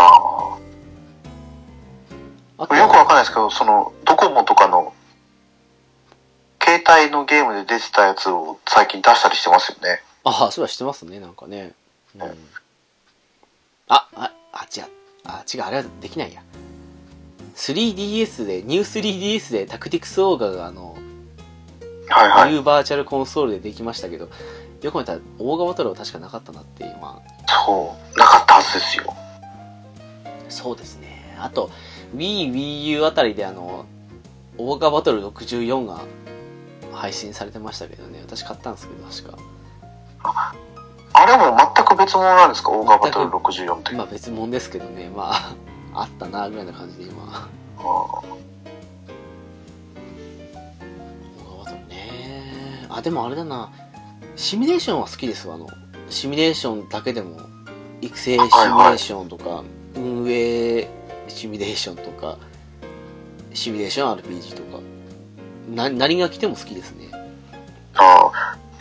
S1: あ
S2: あ。よくわかんないですけど、その、ドコモとかの、携帯のゲームで出てたやつを最近出したりしてますよね。
S1: ああ、そうはしてますね、なんかね。うん
S2: はい。
S1: あ、あ、あ、違う。あ、違う、あれはできないや。3DS で、ニュー 3DS でタクティクスオーガが、あの、
S2: はいはい。
S1: ニューバーチャルコンソールでできましたけど、よく見たら、オーガバトルは確かなかったなって、今、
S2: そう。なかったはずですよ。
S1: そうですね。あと、Wii、WiiU あたりで、あの、オーガバトル64が配信されてましたけどね、私買ったんですけど、確か。
S2: あれも全く別物なんですかオーガバトル64って。
S1: 今別物ですけどね、まあ、 あったな、ぐらいな感じで今。
S2: あー
S1: オーガバトルね。あ、でもあれだな、シミュレーションは好きですわ、あの、シミュレーションだけでも、育成シミュレーションとか、運営シミュレーションとか、シミュレーション RPG とか、な何が来ても好きですね。
S2: あー。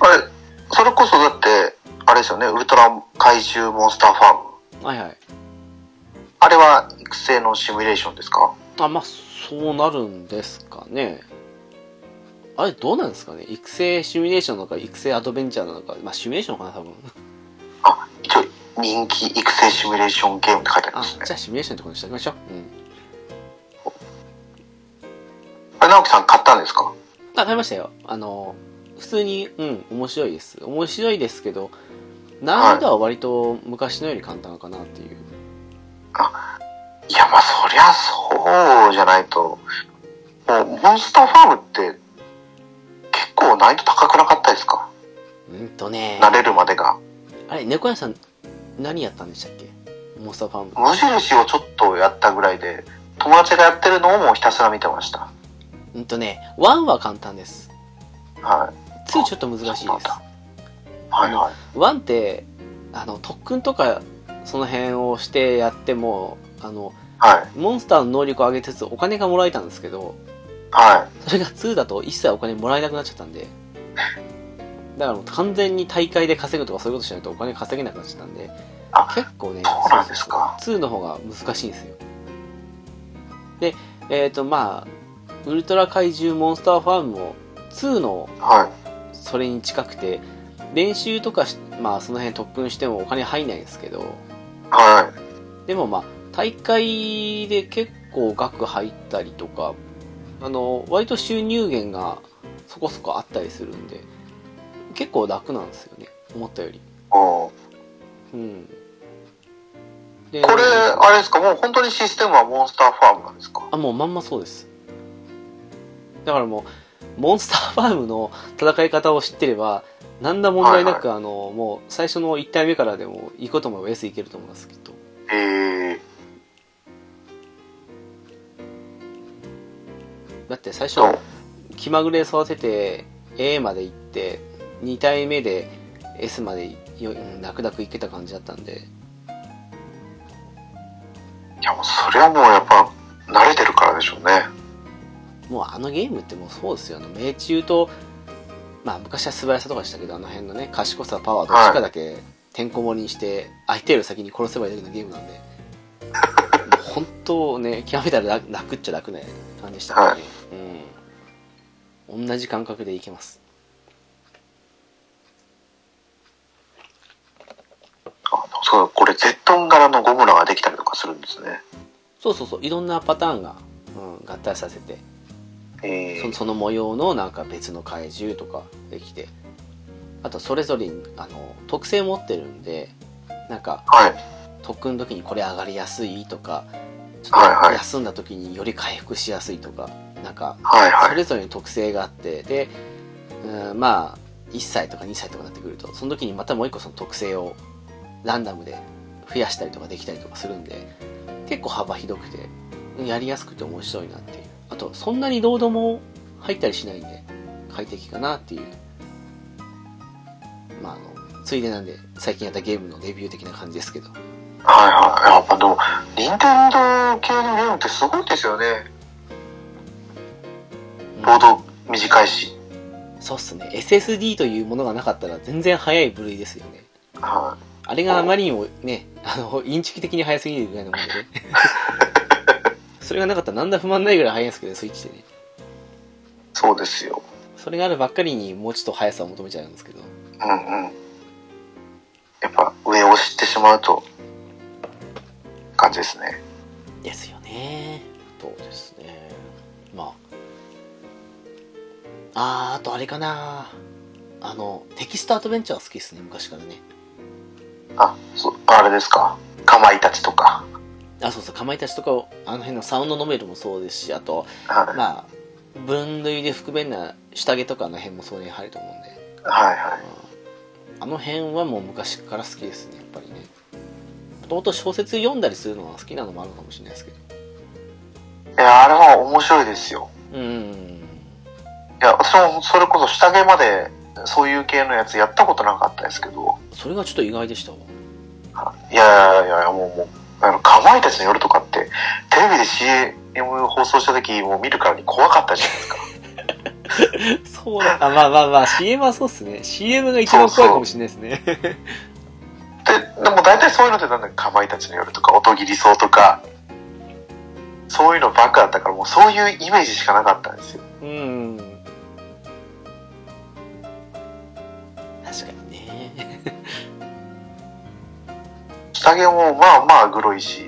S2: あれ、それこそだって、あれですよね、ウルトラ怪獣モンスターファーム。
S1: はいはい。
S2: あれは育成のシミュレーションですか
S1: あまあそうなるんですかねあれどうなんですかね育成シミュレーションなのか育成アドベンチャーなのかまあシミュレーションかな多分
S2: あ、一応、人気育成シミュレーションゲームって書いてあり
S1: あ
S2: ますね
S1: じ。ゃあシミュレーションってことにしておきましょう、うん、
S2: あれ、直樹さん買ったんですか
S1: あ買いましたよあの普通にうん面白いです面白いですけど難易度は割と昔のより簡単かなっていう、
S2: いや、まあ、そりゃそうじゃないと。もう、モンスターファームって、結構難易度高くなかったですか
S1: うんとね
S2: 慣れるまでが。
S1: あれ猫屋さん何やったんでしたっけモンスターファーム
S2: 無印をちょっとやったぐらいで、友達がやってるのをもうひたすら見てました。
S1: うんとね1は簡単です
S2: はい。
S1: 2ちょっと難しい
S2: そうなん
S1: です
S2: だはいはい。
S1: ワンってあの特訓とかその辺をしてやってもあの
S2: はい。
S1: モンスターの能力を上げつつお金がもらえたんですけど
S2: はい。
S1: それが2だと一切お金もらえなくなっちゃったんでだからもう完全に大会で稼ぐとかそういうことしないとお金稼げなくなっちゃったんで
S2: あ
S1: 結構ね
S2: そうなんですか
S1: そうそうそう2の方が難しいんですよでえっ、とまあウルトラ怪獣モンスターファームも2の
S2: はい。
S1: それに近くて練習とかしまあその辺特訓してもお金入んないんですけど
S2: はい。
S1: でもまあ大会で結構額入ったりとかあの割と収入源がそこそこあったりするんで結構楽なんですよね思ったより
S2: おー
S1: うんで
S2: これ、あれですかもう本当にシステムはモンスターファームなんですか
S1: あもうまんまそうですだからもうモンスターファームの戦い方を知ってれば何ら問題なく、あのもう最初の1体目からでもいいことも S いけると思いますきっと
S2: ええ
S1: だって最初
S2: そう
S1: 気まぐれ育てて A まで行って2体目で S までようん楽々行けた感じだったんで
S2: いや、もうそれはもうやっぱ、慣れてるからでしょうね。
S1: もうあのゲームってもうそうですよね命中とまあ昔は素早さとかでしたけどあの辺のね賢さパワーどっちかだけてんこ盛りにして相手より先に殺せばいいだけのゲームなんでもう本当ね 極めたら楽楽っちゃ楽な感じでしたからね、うん同じ感覚でいけます
S2: あ、そう、これ、ゼットン柄のゴムラができたりとかするんですね。
S1: そうそうそういろんなパターンが、うん、合体させて
S2: ええ
S1: そその模様のなんか別の怪獣とかできてあとそれぞれにあの特性持ってるんでなんか
S2: はい。
S1: 特訓の時にこれ上がりやすいとかちょ
S2: はい
S1: っ
S2: は
S1: と
S2: い
S1: 休んだ時により回復しやすいとかなんか
S2: はい
S1: そ
S2: はい。
S1: れぞれに特性があってでうんまあ1歳とか2歳とかになってくるとその時にまたもう一個その特性をランダムで増やしたりとかできたりとかするんで結構幅広くてやりやすくて面白いなっていうあとそんなにロードも入ったりしないんで快適かなっていうまああのついでなんで最近やったゲームのレビュー的な感じですけど
S2: はいはい。やっぱでも、任天堂系のゲームってすごいですよね。ロード短いし。
S1: そうっすね SSD というものがなかったら全然早い部類ですよね
S2: は
S1: あれがあまりにもね、あの、インチキ的に早すぎるぐらいのもんでね。 それがなかったらなんだ不満ないぐらい早いんですけど、スイッチでね。
S2: い。そうですよ。
S1: それがあるばっかりにもうちょっと速さを求めちゃうんですけど。
S2: うんうん。名を知ってしまうと、感じですね。
S1: ですよねそうですねまああーあとあれかなあのテキストアドベンチャー好きですね昔からね
S2: あ、そう、あれですか。かまいたちとか。
S1: あそうそうかまいたちとかをあの辺のサウンドノベルもそうですしあと
S2: はい。はい
S1: まあ分類で含めんな下着とかあの辺もそうに入ると思うんで
S2: はい。
S1: あの辺はもう昔から好きですねやっぱりねもともと小説読んだりするのは好きなのもあるのかもしれないですけど
S2: いや、あれは面白いですよ。
S1: うーん
S2: いや、私もそれこそ下着まで、そういう系のやつやったことなかったですけど、
S1: それがちょっと意外でしたわ
S2: いやいやいやいや、もう、もう、あの、かまいたちの夜とかって、テレビで CM 放送した時、もう見るからに怖かったじゃないですか。
S1: そうだ。あ、まあまあまあ、CM はそうっすね。CM が一番怖いかもしれないですね。
S2: で、でも大体そういうのってなんだかまいたちの夜とか、音切りそうとか、そういうのばっかだったから、もうそういうイメージしかなかったんですよ。
S1: うん。確かにね。
S2: 下着もまあまあグロいし、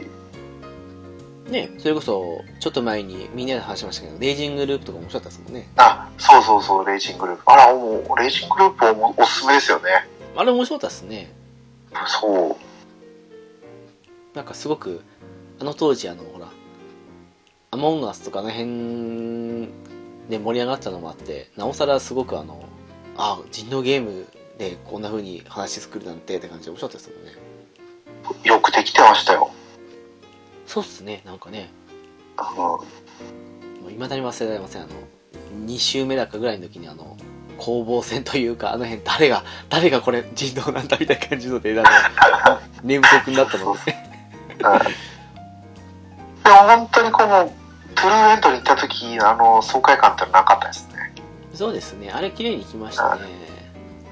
S1: ね、それこそ、ちょっと前にみんなで話しましたけど、レイジングループとか面白かったですもんね。
S2: あ、そうそうそう、レイジングループ。あら、もう、レイジングループはもうおすすめですよね。
S1: あれ面白かったですね。
S2: そう。
S1: なんかすごく、あの当時、あの、ほら、アモンガスとかあの辺で盛り上がったのもあって、なおさらすごくあの、あ、人狼ゲームでこんな風に話作るなんてって感じで面白かったですもんね。
S2: よくできてましたよ。
S1: そうっすね、なんかね。
S2: あの、
S1: いまだに忘れられませんあの2周目だかぐらいの時にあの攻防戦というかあの辺誰が誰がこれ人道なんだみたいな感じのであの 寝不足になったので
S2: はい。でも本当にこの、トゥルーエンドに行った時、あの、爽快感ってのはなかったですね。
S1: そうですねあれ綺麗にきましたね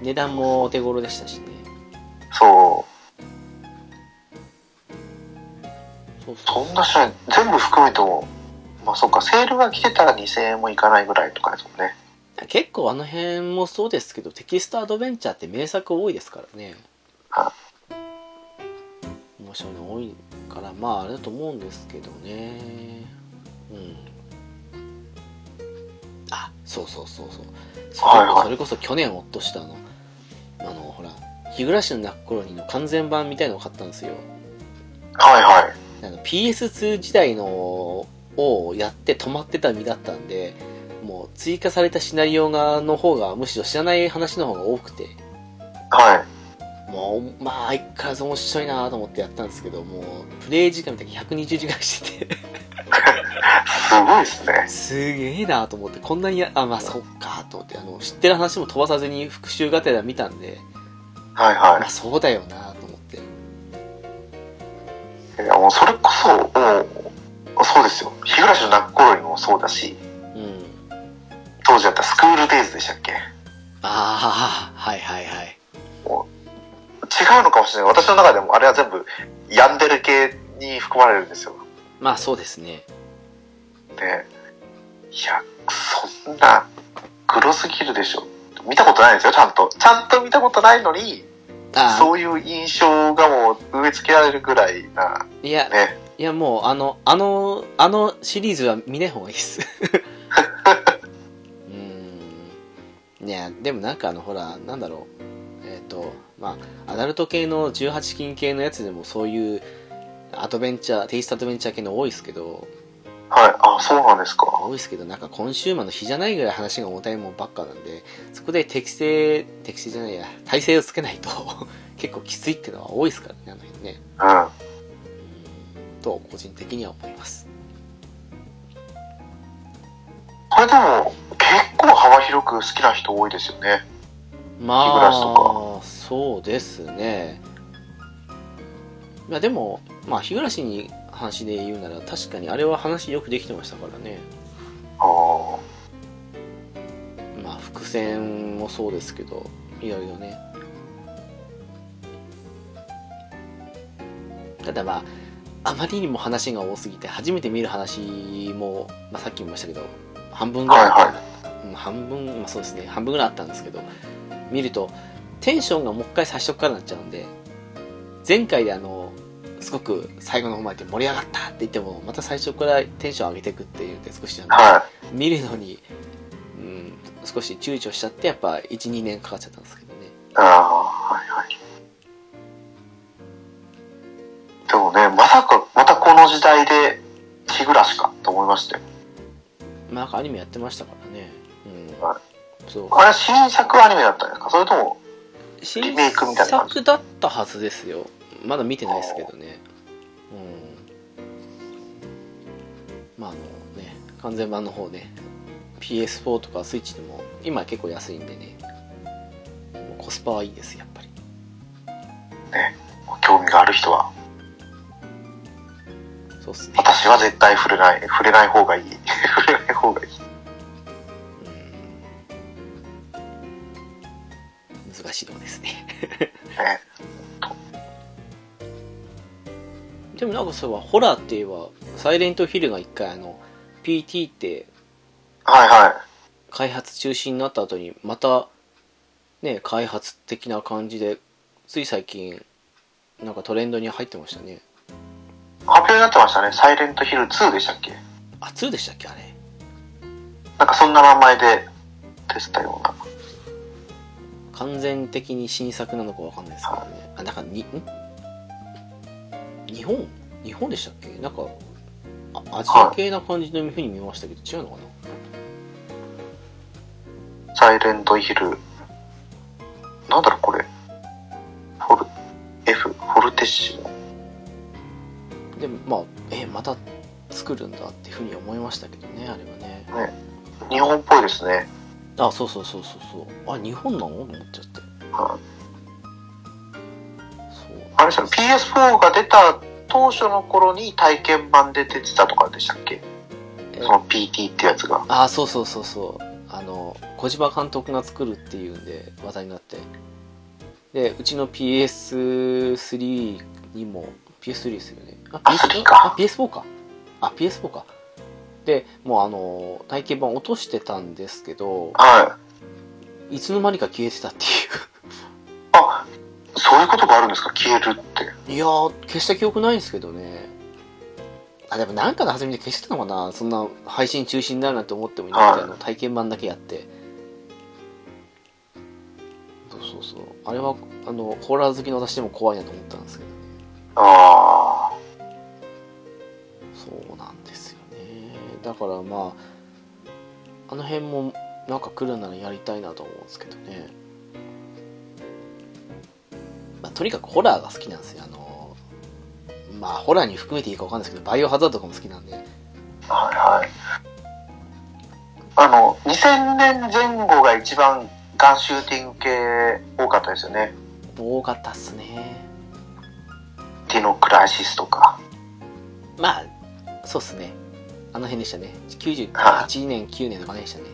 S1: 値段もお手頃でしたしね
S2: そ
S1: そう
S2: う。
S1: そ
S2: そ
S1: うん
S2: な種類、全部含めても、まあそっか、セールが来てたら2000円もいかないぐらいとかですもんね。
S1: 結構あの辺もそうですけどテキストアドベンチャーって名作多いですからね
S2: は
S1: 面白いの多いからまああれだと思うんですけどねうんあそうそうそうそうそれ,、
S2: はいはい
S1: それこそ去年夫したあのあのほら日暮らしの泣く頃にの完全版みたいのを買ったんですよ
S2: はいはい。
S1: あの PS2 時代のをやって止まってた身だったんでもう追加されたシナリオがの方がむしろ知らない話の方が多くて
S2: はい。
S1: もうまあ相変わらず面白いなと思ってやったんですけどもうプレイ時間みたいに120時間してて
S2: すごいですね。
S1: すげえなと思ってこんなにやあまあそっかと思ってあの知ってる話も飛ばさずに復習がてら見たんで
S2: はい
S1: まあ
S2: は
S1: そうだよなと思って
S2: い。いや、もうそれこそ、もう、そうですよ。日暮らしの泣く頃にもそうだし、
S1: うん
S2: 当時だったらスクールデイズでしたっけ
S1: ああはいはいはい
S2: 違うのかもしれない私の中でもあれは全部ヤンデル系に含まれるんですよ
S1: まあそうですね
S2: ねいやそんなグロすぎるでしょ見たことないですよちゃんとちゃんと見たことないのに
S1: あ
S2: そういう印象がもう植え付けられるぐらいな
S1: あいや
S2: ね
S1: いやもうあのあのあのシリーズは見ない方がいいですうーんいやでもなんかあのほらなんだろうえっ、とまあアダルト系の18禁系のやつでもそういうアドベンチャーテイストアドベンチャー系の多いですけど
S2: はいあそうなんですか
S1: 多いですけどなんかコンシューマーの日じゃないぐらい話が重たいもんばっかなんでそこで適正適正じゃないや体勢をつけないと 結構きついってのは多いですからねあの辺ね
S2: うんは
S1: うんと個人的には思います
S2: これでも結構幅広く好きな人多いですよね日暮
S1: ま
S2: らしと
S1: あそうですねまあでもまあ日暮らしに話で言うなら確かにあれは話よくできてましたからね
S2: ああ
S1: まあ伏線もそうですけどいろいろねただまああまりにも話が多すぎて初めて見る話も、まあ、さっきも言いましたけど半分ぐらい、
S2: はい
S1: うん半分、まあ、そうですね半分ぐらいあったんですけど見るとテンションがもう一回最初からなっちゃうんで前回であのすごく最後の方まで盛り上がったって言ってもまた最初からテンション上げていくっていうので少しあの
S2: は
S1: 見るのに、うん、少し躊躇しちゃってやっぱ12年かかっちゃったんですけどね
S2: い。ああ、はいはい。でもね、まさか、またこの時代で、日暮らしかと思いましたよ。
S1: まあなんかアニメやってましたからね、うん
S2: は
S1: そう
S2: あれは新作アニメだったんですかそれとも、
S1: 新
S2: メイクみたいな感じ
S1: 作だったはずですよまだ見てないですけどねうんまああのね完全版の方ね PS4 とかスイッチでも今結構安いんでねもうコスパはいいですやっぱり
S2: 興味がある人は、
S1: そうっすね
S2: 私は絶対触れない、触れない方がい い。触れない方がいい。
S1: うん難しいとこですね
S2: ね。
S1: でもなんかそういえばホラーって言えばサイレントヒルが一回あの PT って
S2: はいはい。
S1: 開発中止になった後にまたね開発的な感じでつい最近なんかトレンドに入ってましたね
S2: 発表になってましたね。サイレントヒル2でしたっけ
S1: あ2でしたっけあれ
S2: なんかそんな名前で出したような。
S1: 完全的に新作なのかわかんないですけどねあなんかにん日本日本でしたっけなんかあアジア系な感じのふうに見ましたけど違うのかな
S2: サイレントヒル。なんだろう、これ。フォル、F、フォルテッシモ。
S1: でもまあえまた作るんだっていうふうに思いましたけどねあれはね
S2: 日本っぽいですね。
S1: あそうそうそうそうそうあ日本なのと思っちゃって
S2: はい
S1: そう
S2: あれですよね PS4 が出た当初の頃に体験版で出てたとかでしたっけ
S1: え
S2: その PT ってやつが。
S1: あそうそうそうそうあの小島監督が作るっていうんで話題になってでうちの PS3 にも PS3 ですよねあ
S2: PS3 か
S1: あ PS4 かあ PS4 かでもうあの体験版落としてたんですけど
S2: はい
S1: つの間にか消えてたってい
S2: い。あ、そういうことがあるんですか消えるって。
S1: ういやー消した記憶ないんですけどねあでもなんかの初めて消してたのかなそんな配信中止になるなんて思ってもいないけど、
S2: はい
S1: あの体験版だけやってそうそうそうあれはあのホラー好きの私でも怖いなと思ったんですけど
S2: あ
S1: そうなんですよねだからまああの辺もなんか来るならやりたいなと思うんですけどね、まあ、とにかくホラーが好きなんですよあのまあホラーに含めていいかわかんないですけどバイオハザードとかも好きなんで
S2: あ。はいはい。あの、2000年前後が一番ガンシューティング系多かったですよね。
S1: 大型っすね
S2: ディノクライシスとか。
S1: まあそうっすねあの辺でしたね91年9年とかねでしたね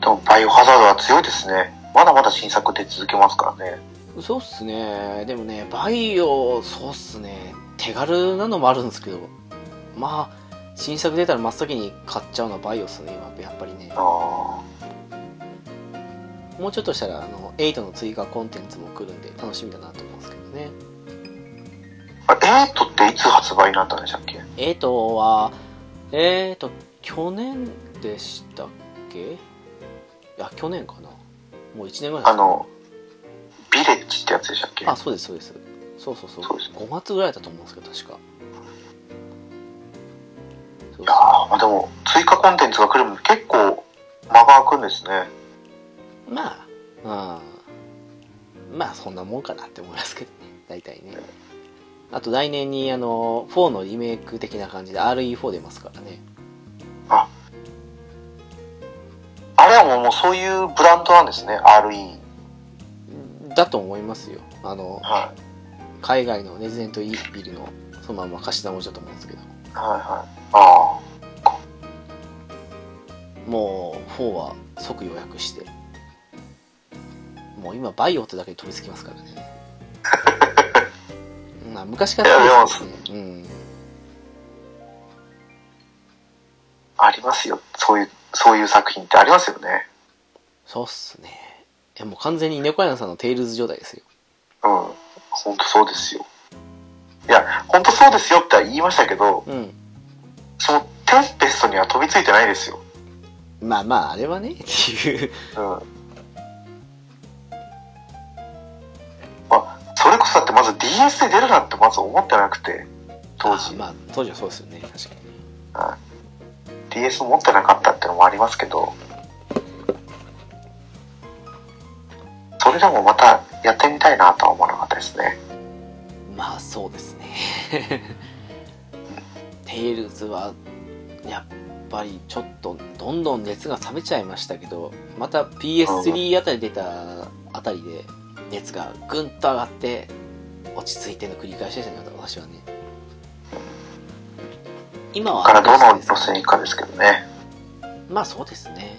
S2: でもバイオハザードは強いですね。まだまだ新作出続けますからね。
S1: そうっすねでもねバイオそうっすね手軽なのもあるんですけどまあ新作出たら真っ先に買っちゃうのはバイオっすね今やっぱりね
S2: あ
S1: もうちょっとしたらあの8の追加コンテンツも来るんで楽しみだなと思うんですけどね
S2: あ。エイトっていつ発売になったんでしたっけ
S1: 8はえーと去年でしたっけいや去年かなもう1年ぐらいですか
S2: あの、ビレッジってやつでしたっけ
S1: あそうですそうですそうそうそう
S2: そうです
S1: 5月ぐらいだったと思うんですけど確かそう
S2: いやーまあでも追加コンテンツが来るの結構間が空くんですね
S1: そうまあうんまあそんなもんかなって思いますけどね大体ねあと来年にあの4のリメイク的な感じで RE4 出ますからね
S2: あれはもうもうそういうブランドなんですね RE
S1: だと思いますよあの
S2: はい
S1: 海外のレジデントイービルのそのまま貸し直しだと思うんですけど
S2: はいはいあ
S1: もう4は即予約してもう今バイオってだけに飛びつきますからね まあ昔からそうですねうん
S2: あありますよそういうそういう作品ってありますよね
S1: そうっすねえもう完全に猫屋さんのテイルズ状態ですよ
S2: うん。本当そうですよ。いや、本当そうですよっては言いましたけど、
S1: うん。
S2: そのテンペストには飛びついてないですよ。
S1: まあまあ、あれはね、っていう。
S2: うん。まあ、それこそだってまず DS で出るなんてまず思ってなくて、当時。
S1: あまあ、当時はそうですよね、確か
S2: DS 持ってなかったってのもありますけど、それでもまたやってみたいなとは思わなかったですね。
S1: に。まあ、そうですね。 テイルズは、やっぱりちょっと、どんどん熱が冷めちゃいましたけど、また PS3 あたり出たあたりで、熱がぐんと上がって、落ち着いての繰り返しでしたね、私はね。今は
S2: だからどの
S1: ですけ
S2: 路
S1: ど
S2: 線かですけどね。
S1: まあそうですね。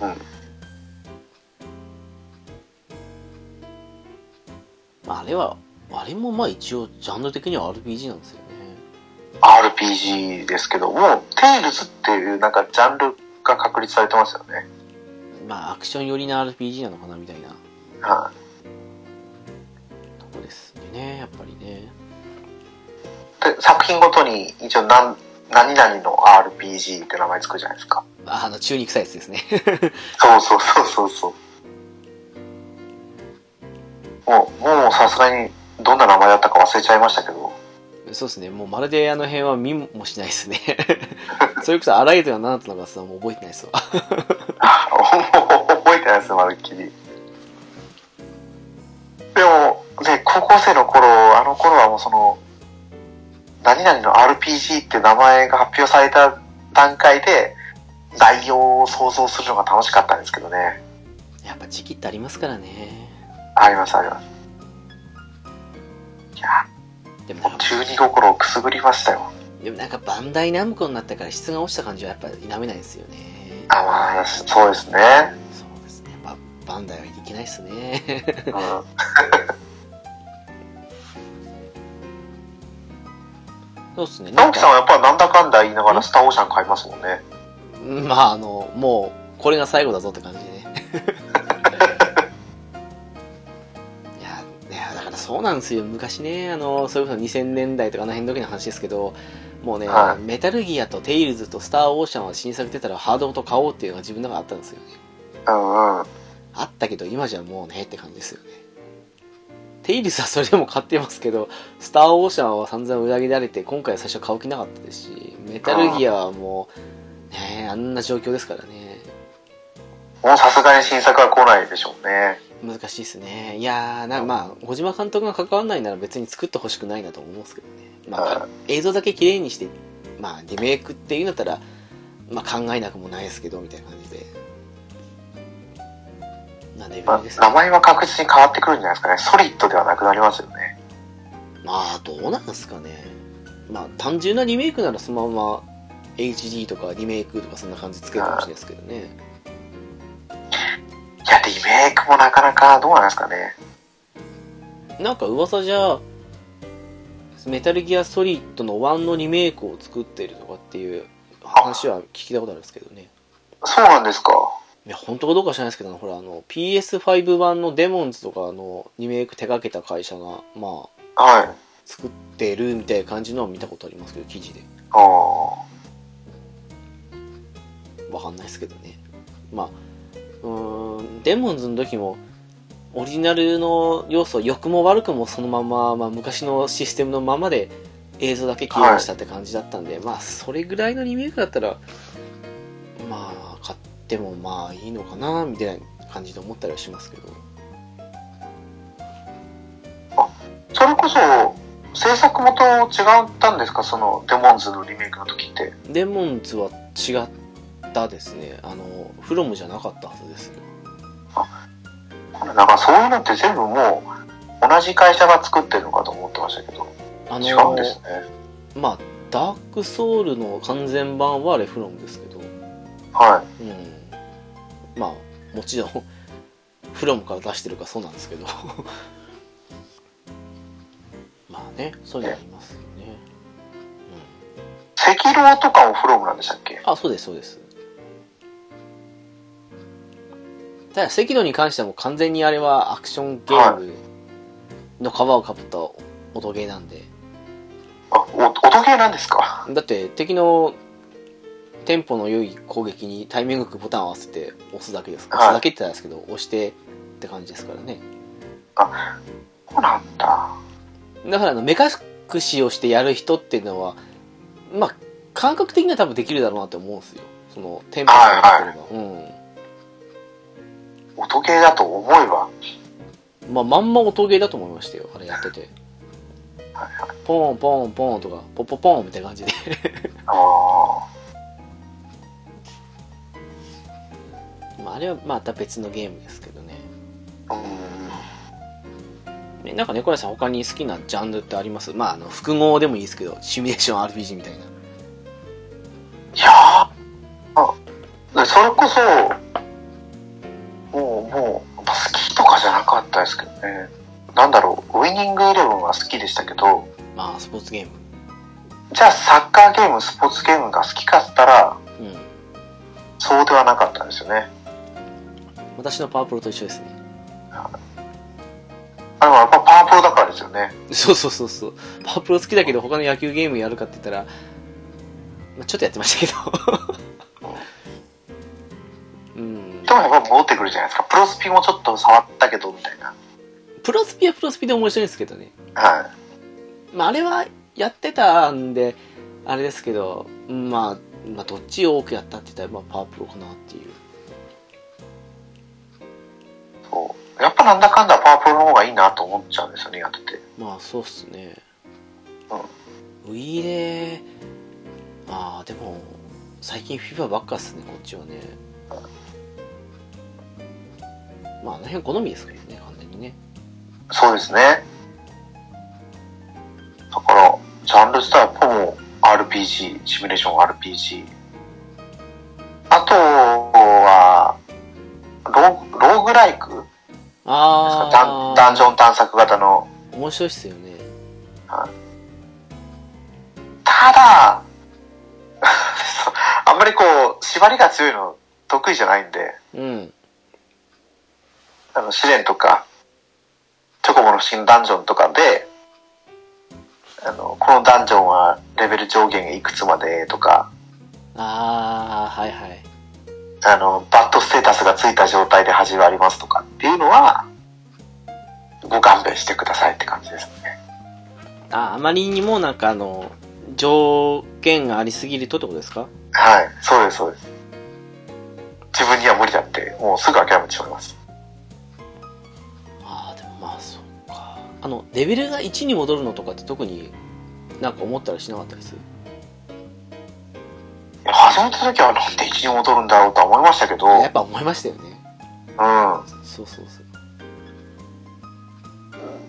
S1: うん。
S2: うん
S1: まああれは、あれもまあ一応ジャンル的には RPG なんですよね。
S2: RPG ですけども、テイルズっていうなんかジャンルが確立されてますよね。
S1: まあアクション寄りな RPG なのかなみたいな
S2: は
S1: とこですね、やっぱりね。
S2: い。で、作品ごとに一応何、何々の RPG って名前つくじゃないですか。
S1: ああの、中肉サイズですね。
S2: そうそうそうそうそう。もう、もうさすがにどんな名前だったか忘れちゃいましたけど、
S1: そうですね、もうまるであの辺は見もしないですね。 それこそ、あらゆるは何だったのかさ、もう覚えてないですわ。
S2: あ 覚えてないです、まるっきり。でも、ね、高校生の頃、あの頃はもうその、何々の RPG って名前が発表された段階で、内容を想像するのが楽しかったんですけどね。
S1: やっぱ時期ってありますからね。
S2: あります、あります。いや、
S1: でも
S2: も
S1: な
S2: うん
S1: か
S2: 中二心をくすぐりましたよ。
S1: でもなんかバンダイナムコになったから質が落ちた感じはやっぱ否めないですよね
S2: あ、まあ、そうですね。
S1: そうですねやっぱバンダイはいけないですね
S2: うん
S1: そうですねな
S2: 直
S1: ん
S2: 樹さんは
S1: か
S2: やっぱなんだかんだ言いながらスターオーシャン買いますもんね。
S1: まああのもうこれが最後だぞって 感じでねいやいやだからそうなんですよ昔ねあのそれこそ2000年代とかあの辺の時の話ですけどもうね、
S2: はい
S1: メタルギアとテイルズとスター・オーシャンは新作出たらハードごと買おうっていうのが自分の中であったんですよね
S2: うんうん。
S1: あったけど今じゃもうねって感じですよねテイルズはそれでも買ってますけどスター・オーシャンは散々裏切られて今回は最初買う気なかったですしメタルギアはもうねあんな状況ですからね
S2: もうさすがに新作は来ないでしょうね。
S1: 難しいですねいやーなまあ小島監督が関わらないなら別に作ってほしくないなと思うんですけどね、まあ
S2: は、
S1: 映像だけ綺麗にしてまあリメイクっていうんだったらまあ考えなくもないですけどみたいな感じでなレベ
S2: ま
S1: ルです
S2: あ、名前は確実に変わってくるんじゃないですかね。ソリッドではなくなりますよね。
S1: まあどうなんすかねまあ単純なリメイクならそのまま HD とかリメイクとかそんな感じつけるかもしれないですけどね
S2: いや、リメイクもなかなかどうなんですかね。
S1: なんか噂じゃメタルギアソリッドの1のリメイクを作ってるとかっていう話は聞いたことあるんですけどね
S2: そうなんですか。
S1: いや本当かどうか知らないですけどほらあの PS5 版のデモンズとかのリメイク手掛けた会社がまあ
S2: はい。
S1: 作ってるみたいな感じのを見たことありますけど記事で
S2: ああ。
S1: わかんないですけどねまあうーんデモンズの時もオリジナルの要素良くも悪くもそのまま、まあ、昔のシステムのままで映像だけ綺麗にしたって感じだったんで、まあそれぐらいのリメイクだったらまあ買ってもまあいいのかなみたいな感じで思ったりはしますけど
S2: それこそ、制作元違ったんですかその、デモンズのリメイクの時って。
S1: デモンズは違ったですねあのフロムじゃなかったはずです
S2: これなんかそういうのって全部もう、同じ会社が作ってるのかと思ってましたけど、
S1: あの
S2: 違うんですね。
S1: まあダークソウルの完全版はあれフロムですけど
S2: はい。
S1: うん、まあもちろん フロムから出してるからそうなんですけど まあねそういうのありますよね、
S2: 赤狼とかもフロムなんでしたっけ
S1: うん、あそうですそうですただ赤道に関してはもう完全にあれはアクションゲームの皮をかぶった音ゲーなんで
S2: あ、お音ゲーなんですか
S1: だって敵のテンポの良い攻撃にタイミングよくボタンを合わせて押すだけですから、
S2: は
S1: 押
S2: い
S1: すだけって言ったらあれですけど押してって感じですからね
S2: そうなんだ。
S1: だからあの目隠しをしてやる人っていうのはまあ感覚的には多分できるだろうなって思うんですよそのテンポが分かれば、
S2: 音ゲーだと思えば。
S1: うんまあまんま音ゲーだと思いましたよあれやってて
S2: はいはい。
S1: ポンポンポンとかポッポポンみたいな感じで
S2: ああ。
S1: まああれはまた別のゲームですけどね
S2: うん。
S1: ねなんか猫屋さん他に好きなジャンルってありますまああの複合でもいいですけどシミュレーション RPG みたいない
S2: やーあ、それこそ、もう、もう、好きとかじゃなかったですけどね。なんだろう、ウィニングイレブンは好きでしたけど、
S1: まあスポーツゲーム
S2: じゃあサッカーゲーム、スポーツゲームが好きかっつったら、
S1: うん
S2: そうではなかったんですよね。
S1: 私のパワープロと一緒ですね
S2: あ、でもやっぱパワープロだからですよね。
S1: そうそうそうそうパワープロ好きだけど他の野球ゲームやるかって言ったら、まあ、ちょっとやってましたけどうん
S2: でもやっぱ戻ってくるじゃないですか。プロスピもちょっと触ったけど、みたいな。
S1: プロスピはプロスピで面白いんですけどね
S2: はい。
S1: まああれはやってたんであれですけどまあまあどっちを多くやったって言ったらまあパワープロかなっていう
S2: そう。やっぱなんだかんだパワープロの方がいいなと思っちゃうんですよね、やってて。
S1: まあそうっすねウィーレああでも最近 FIFA ばっかっすねこっちはねまああの辺好みですけどね完全にね
S2: そうですね。だから、ジャンル自体はほぼ RPG、シミュレーション RPG。あとは、ローローグライクです
S1: あ
S2: かダン
S1: あ
S2: ダンジョン探索型の。
S1: 面白いっすよね
S2: ただ、 そうあんまりこう、縛りが強いの得意じゃないんで、
S1: うん
S2: あの試練とか、チョコボの不審ダンジョンとかで、あの、このダンジョンはレベル上限いくつまでとか、
S1: ああはいはい
S2: あの、バッドステータスがついた状態で始まりますとかっていうのは、ご勘弁してくださいって感じですね。
S1: ああまりにもなんかあの条件がありすぎるとってことですか
S2: はい。そうです、そうです。自分には無理だって、もうすぐ諦めてしまいます。
S1: ああでもまあそうかあのレベルが1に戻るのとかって特になんか思ったりしなかったです
S2: 始めた時はなんで一に戻るんだろうとは思いましたけど、う
S1: やっぱ思いましたよね
S2: ん。
S1: そうそうそう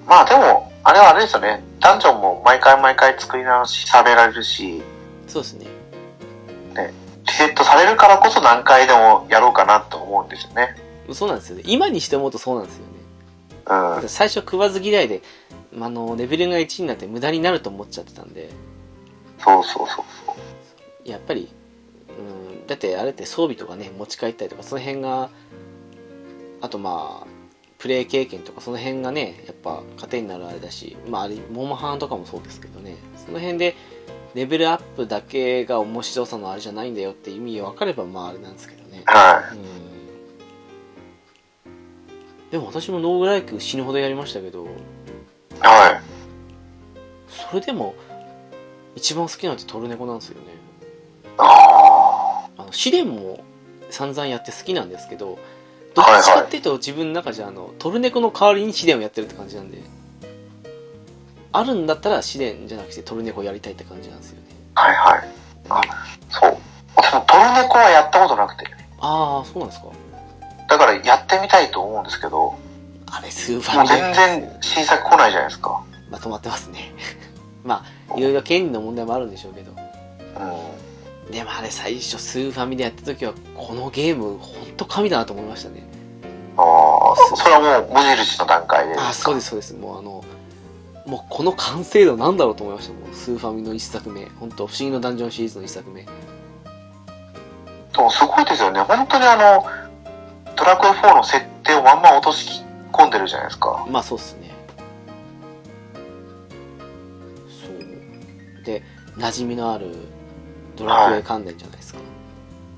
S2: まあでも、あれはあれですよね。ダンジョンも毎回毎回作り直しされられるし、
S1: そうですね
S2: リセットされるからこそ何回でもやろうかなと思うんですよね。
S1: そうなんですよね今にして思うとそうなんですよね
S2: うん。
S1: だって最初食わず嫌いで、まあ、あのレベルが1になって無駄になると思っちゃってたんで
S2: そうそうそうそう。
S1: やっぱり、うん、だってあれって装備とかね持ち帰ったりとかその辺があとまあプレイ経験とかその辺がねやっぱ糧になるあれだしまああれモンハンとかもそうですけどねその辺でレベルアップだけが面白さのあれじゃないんだよって意味分かればまああれなんですけどね
S2: は
S1: うんでも私もノーグライク死ぬほどやりましたけど
S2: い。はい。
S1: それでも一番好きなのってトルネコなんですよね
S2: あ
S1: あの試練も散々やって好きなんですけどどっちかっていうと自分の中じゃあのトルネコの代わりに試練をやってるって感じなんであるんだったら試練じゃなくてトルネコやりたいって感じなんですよね
S2: あ。はいはい。そう。私もトルネコはやったことなくて。
S1: ああそうなんですか
S2: だからやってみたいと思うんですけど、も
S1: あれスーパー
S2: う
S1: みたい
S2: 全
S1: な
S2: 然新作来ないじゃないですか。
S1: まとまってますね まあいろいろ権利の問題もあるんでしょうけど
S2: うん。
S1: でもあれ最初スーファミでやった時はこのゲームほんと神だなと思いましたね
S2: ああ、それはもう無印の段階で
S1: あそうですそうですもうあのもうこの完成度なんだろうと思いましたもうスーファミの1作目本当不思議のダンジョンシリーズの1作目
S2: でもすごいですよね。本当にあの、ドラクエ4の設定をまんま落とし込んでるじゃないですか。
S1: まあそうっすねって馴染みのあるドラクエ関連じゃないですか、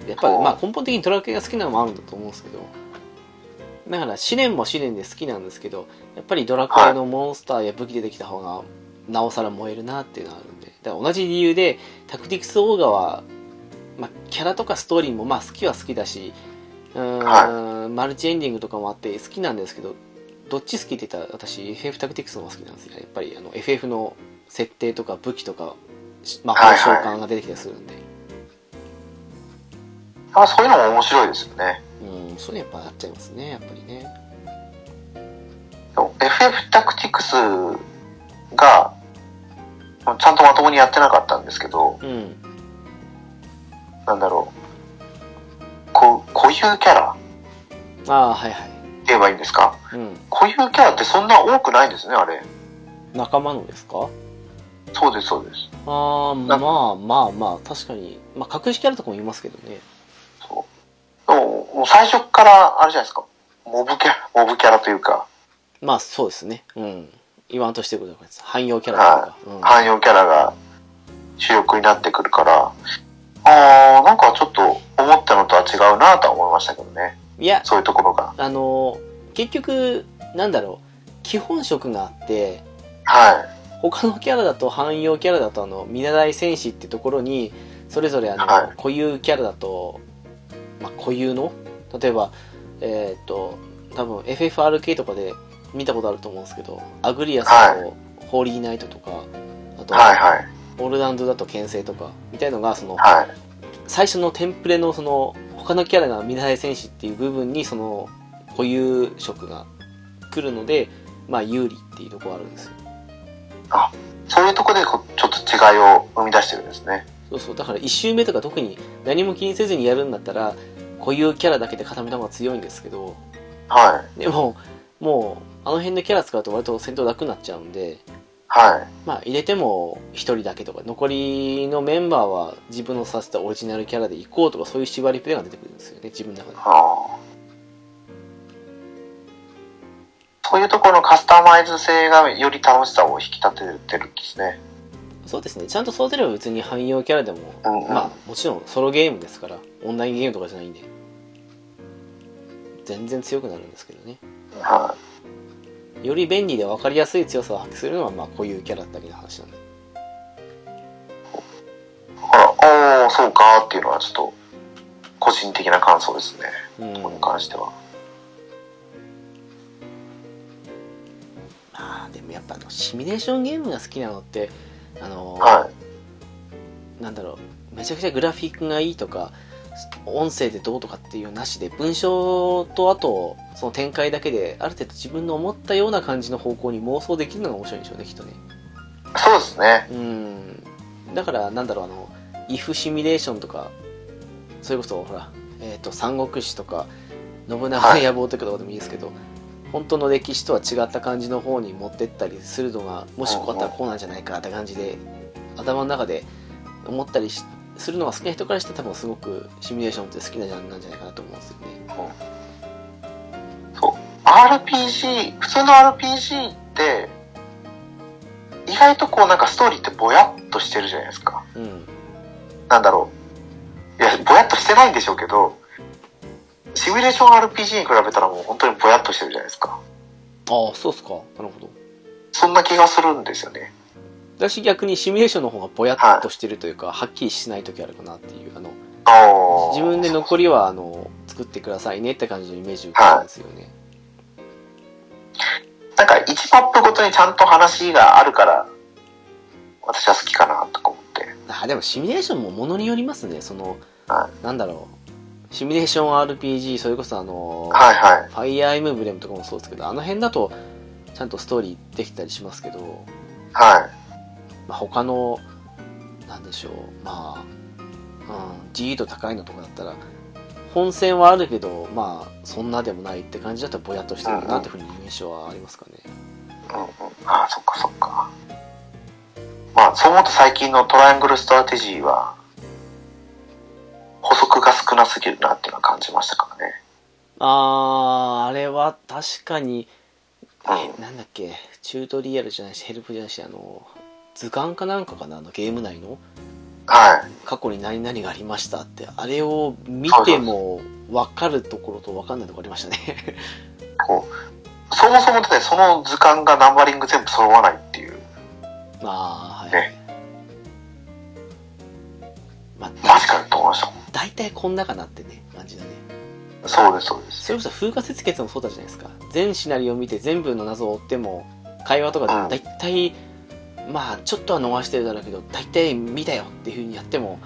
S1: やっぱりまあ根本的にドラクエが好きなのもあるんだと思うんですけどだから試練も試練で好きなんですけどやっぱりドラクエのモンスターや武器出てきた方がなおさら燃えるなっていうのがあるんでだから同じ理由でタクティクスオーガは、まあ、キャラとかストーリーもまあ好きは好きだしうーんマルチエンディングとかもあって好きなんですけどどっち好きって言ったら私 FF タクティクスの方が好きなんですよやっぱりあの FF の設定とか武器とかし魔法召喚が出てきたりするんで、
S2: あそういうのも面白いですよね。
S1: うんそれやっぱなっちゃいますねやっぱりね
S2: でも FF タクティクスが、ちゃんとまともにやってなかったんですけど、
S1: うん
S2: なんだろう。こう、固有キャラって
S1: ああはいはい
S2: 言えばいいんですか
S1: うん
S2: 固有キャラってそんな多くないんですね、あれ。
S1: 仲間のですか
S2: そうです、そうです。
S1: ああま
S2: な
S1: あまあまあ確かにまあ隠しキャラとかもいますけどね
S2: そう。でも、もう最初から、あれじゃないですか。モブキャラ、モブキャラというか、
S1: まあそうですねうん言わんとしてることはこれです汎用キャラというか、
S2: 汎用キャラが主力になってくるから、あー、なんかちょっと思ったのとは違うなとは思いましたけどね。
S1: うん、いや
S2: そういうところが。
S1: あの結局なんだろう基本色があって
S2: はい。
S1: 他のキャラだと汎用キャラだとあの見習い戦士ってところにそれぞれあの、
S2: はい
S1: 固有キャラだと、まあ、固有の例えばえっ、と多分 FFRK とかで見たことあると思うんですけどアグリアさんとホーリーナイトとかあと、
S2: はいはい。
S1: オールラウンドだと牽制とかみたいのがその
S2: はい。
S1: 最初のテンプレのその他のキャラが見習い戦士っていう部分にその固有色が来るのでまあ有利っていうところあるんですよ
S2: そういうところでこうちょっと違いを生み出してるんですね。
S1: そうそうだから1周目とか特に何も気にせずにやるんだったら固有キャラだけで固めた方が強いんですけど
S2: はい。
S1: でももうあの辺のキャラ使うと割と戦闘楽になっちゃうんで
S2: はい。
S1: まあ入れても1人だけとか残りのメンバーは自分のさせたオリジナルキャラで行こうとかそういう縛りプレイが出てくるんですよね自分の中で
S2: あーそういうところのカスタマイズ性がより楽しさを引き立ててるんですね。
S1: そうですねちゃんと育てれば別に汎用キャラでも
S2: うんうん。
S1: まあもちろんソロゲームですからオンラインゲームとかじゃないんで全然強くなるんですけどね
S2: は
S1: より便利で分かりやすい強さを発揮するのはまあこういうキャラだけの話なんで
S2: い。だから、おー、そうかーっていうのはちょっと、個人的な感想ですね。
S1: うん
S2: これに関しては。
S1: まあでもやっぱあのシミュレーションゲームが好きなのってあのー
S2: はい。
S1: なんだろうめちゃくちゃグラフィックがいいとか音声でどうとかっていうなしで文章とあとその展開だけである程度自分の思ったような感じの方向に妄想できるのが面白いんでしょうねきっとね
S2: そうですね。
S1: うんだからなんだろうあのイフシミュレーションとかそれこそほら、えー、と三国志とか信長
S2: は
S1: の
S2: い
S1: 野望とかでもいいですけど、本当の歴史とは違った感じの方に持ってったりするのがもしこうだったらこうなんじゃないかって感じで頭の中で思ったりしするのが好きな人からして多分すごくシミュレーションって好きなジャンルなんじゃないかなと思うんですよね。
S2: RPG、普通の RPG って、意外とこうなんかストーリーってぼやっとしてるじゃないですか。
S1: うん、
S2: なんだろう。いや、ぼやっとしてないんでしょうけど、シミュレーション RPG に比べたらもう本当にぼやっとしてるじゃないですか。
S1: ああそうっすかなるほど。
S2: そんな気がするんですよね。
S1: 私逆にシミュレーションの方がぼやっとしてるというか、はっきりしない時あるかなっていうあの
S2: あー
S1: 自分で残りはあの作ってくださいねって感じのイメージを受けたんですよね、
S2: なんか1マップごとにちゃんと話があるから、私は好きかなとか思って。
S1: あでもシミュレーションもものによりますねその、
S2: は
S1: なんだろうシミュレーション RPG それこそあの、
S2: はいはい。
S1: ファイアーエムブレムとかもそうですけどあの辺だとちゃんとストーリーできたりしますけど、
S2: はい。
S1: まあ、他のなんでしょうまあ、うん、自由度高いのとかだったら本戦はあるけどまあそんなでもないって感じだったらぼやっとしてるかなっていうふうに印象はありますかね、
S2: うんうん、ああそっかそっかまあそう思うと最近のトライアングルストラテジーは補足が少なすぎるなっていうのは感じましたからね
S1: あーあれは確かに、
S2: う
S1: えなんだっけチュートリアルじゃないしヘルプじゃないしあの図鑑かなんかかなあのゲーム内の
S2: はい。
S1: 過去に何々がありましたってあれを見ても分かるところと分かんないところありましたね
S2: こう、そもそもだってその図鑑がナンバリング全部揃わないっていう。
S1: まあはい、
S2: ね
S1: まあ
S2: マジかよって思いましたもん。
S1: 大体こんなかなってね感じだね
S2: そうです、そうです。
S1: それこそ風化節月もそうだったじゃないですか全シナリオを見て全部の謎を追っても会話とか
S2: うん
S1: 大体、まあちょっとは逃してるだろうけど大体見たよっていうふうにやっても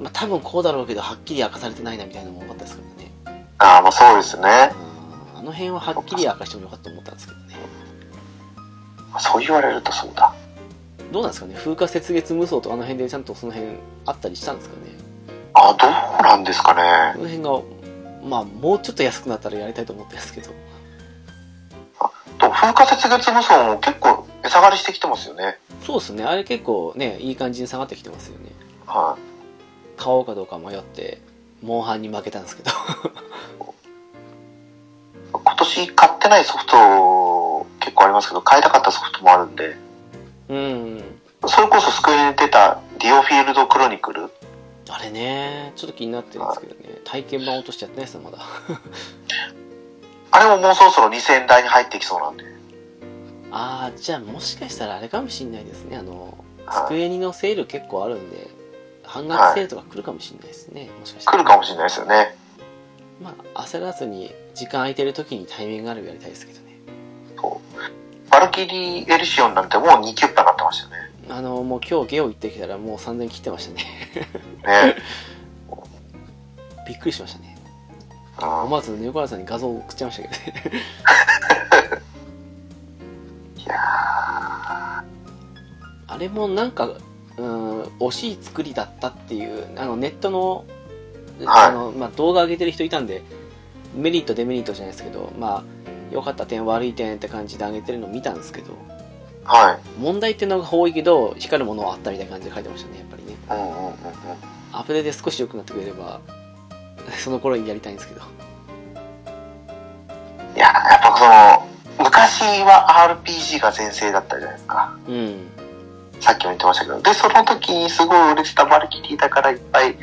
S1: まあ多分こうだろうけどはっきり明かされてないなみたいなのも多かったですからね
S2: ああ、まあそうですね。
S1: うんあの辺ははっきり明かしてもよかったと思ったんですけどね
S2: そう言われるとそうだ。
S1: どうなんですかね風化節月無双とかあの辺でちゃんとその辺あったりしたんですかね
S2: ああ、どうなんですかね
S1: こ。の辺がまあもうちょっと安くなったらやりたいと思ったんですけど
S2: と、風化節月無双も結構値下がりしてきてますよね。
S1: そうですねあれ結構ねいい感じに下がってきてますよね
S2: は
S1: 買おうかどうか迷ってモンハンに負けたんですけど
S2: い。今年買ってないソフト結構ありますけど、買いたかったソフトもあるんで、
S1: うん
S2: それこそ救いに出たディオフィールドクロニクル。
S1: あれねちょっと気になってるんですけどね体験版落としちゃってないですよまだ
S2: あれももうそろそろ2000台に入ってきそうなんで。
S1: ああじゃあもしかしたらあれかもしんないですねあの
S2: はい
S1: 机にのセール結構あるんで半額セールとか来るかもしんないですねもしかした
S2: 来
S1: ら
S2: るかもしれないですよね。
S1: まあ焦らずに時間空いてる時にタイミングがあればやりたいですけどね
S2: バルキリー・エルシオンなんてもう2キュッパになってましたよ
S1: あのもう今日ゲオ行ってきたらもう3000切ってましたね
S2: ね。ね。
S1: びっくりしましたね
S2: うん
S1: 思わず猫原さんに画像送っちゃいましたけどね
S2: いや
S1: あれもなんかうん惜しい作りだったっていうあのネットの,、
S2: はい
S1: あのまあ、動画上げてる人いたんでメリットデメリットじゃないですけどまあ良かった点悪い点って感じで上げてるの見たんですけど
S2: ーはい。
S1: 問題っていうのが多いけど光るものはあったみたいな感じで書いてましたねやっぱりね
S2: うんうんうんうん。
S1: アップデートで少し良くなってくれればその頃にやりたいんですけど
S2: いややっぱその、昔は RPG が全盛だったじゃないですか。
S1: うん
S2: さっきも言ってましたけど。で、その時にすごい売れてたバルキリーだからいっぱい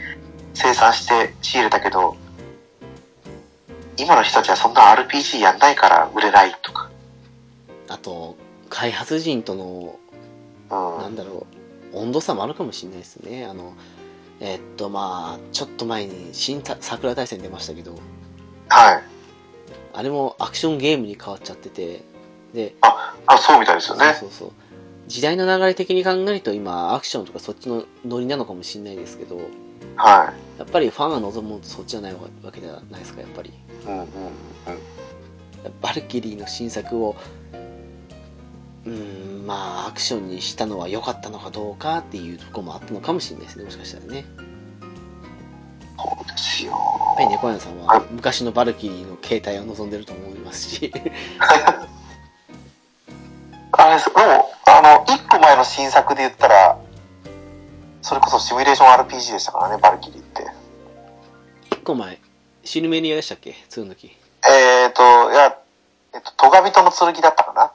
S2: 生産して仕入れたけど、今の人たちはそんな RPG やんないから売れないとか。
S1: あと開発人との
S2: うん。
S1: なんだろう温度差もあるかもしれないですねあのえっとまあちょっと前に新た桜大戦出ましたけど
S2: はい。
S1: あれもアクションゲームに変わっちゃっててで
S2: あ、そうみたいですよね。
S1: そうそうそう時代の流れ的に考えると今アクションとかそっちのノリなのかもしれないですけど
S2: は
S1: やっぱりファンが望むのとそっちじゃないわけじゃないですかやっぱり
S2: い。うんうんうん。
S1: バルキリーの新作をうーんまあアクションにしたのは良かったのかどうかっていうところもあったのかもしれないですねもしかしたらね
S2: そうですよ。
S1: やっぱり猫屋さん
S2: はい
S1: は昔のバルキリーの携帯を望んでると思いますし
S2: あれです、でも、あの、一個前の新作で言ったら、それこそシミュレーション RPG でしたからね、バルキリーって。
S1: 1個前シルメリアでしたっけ2の木
S2: えっ、ー、と、いや、えっと、トガビトの剣だったかな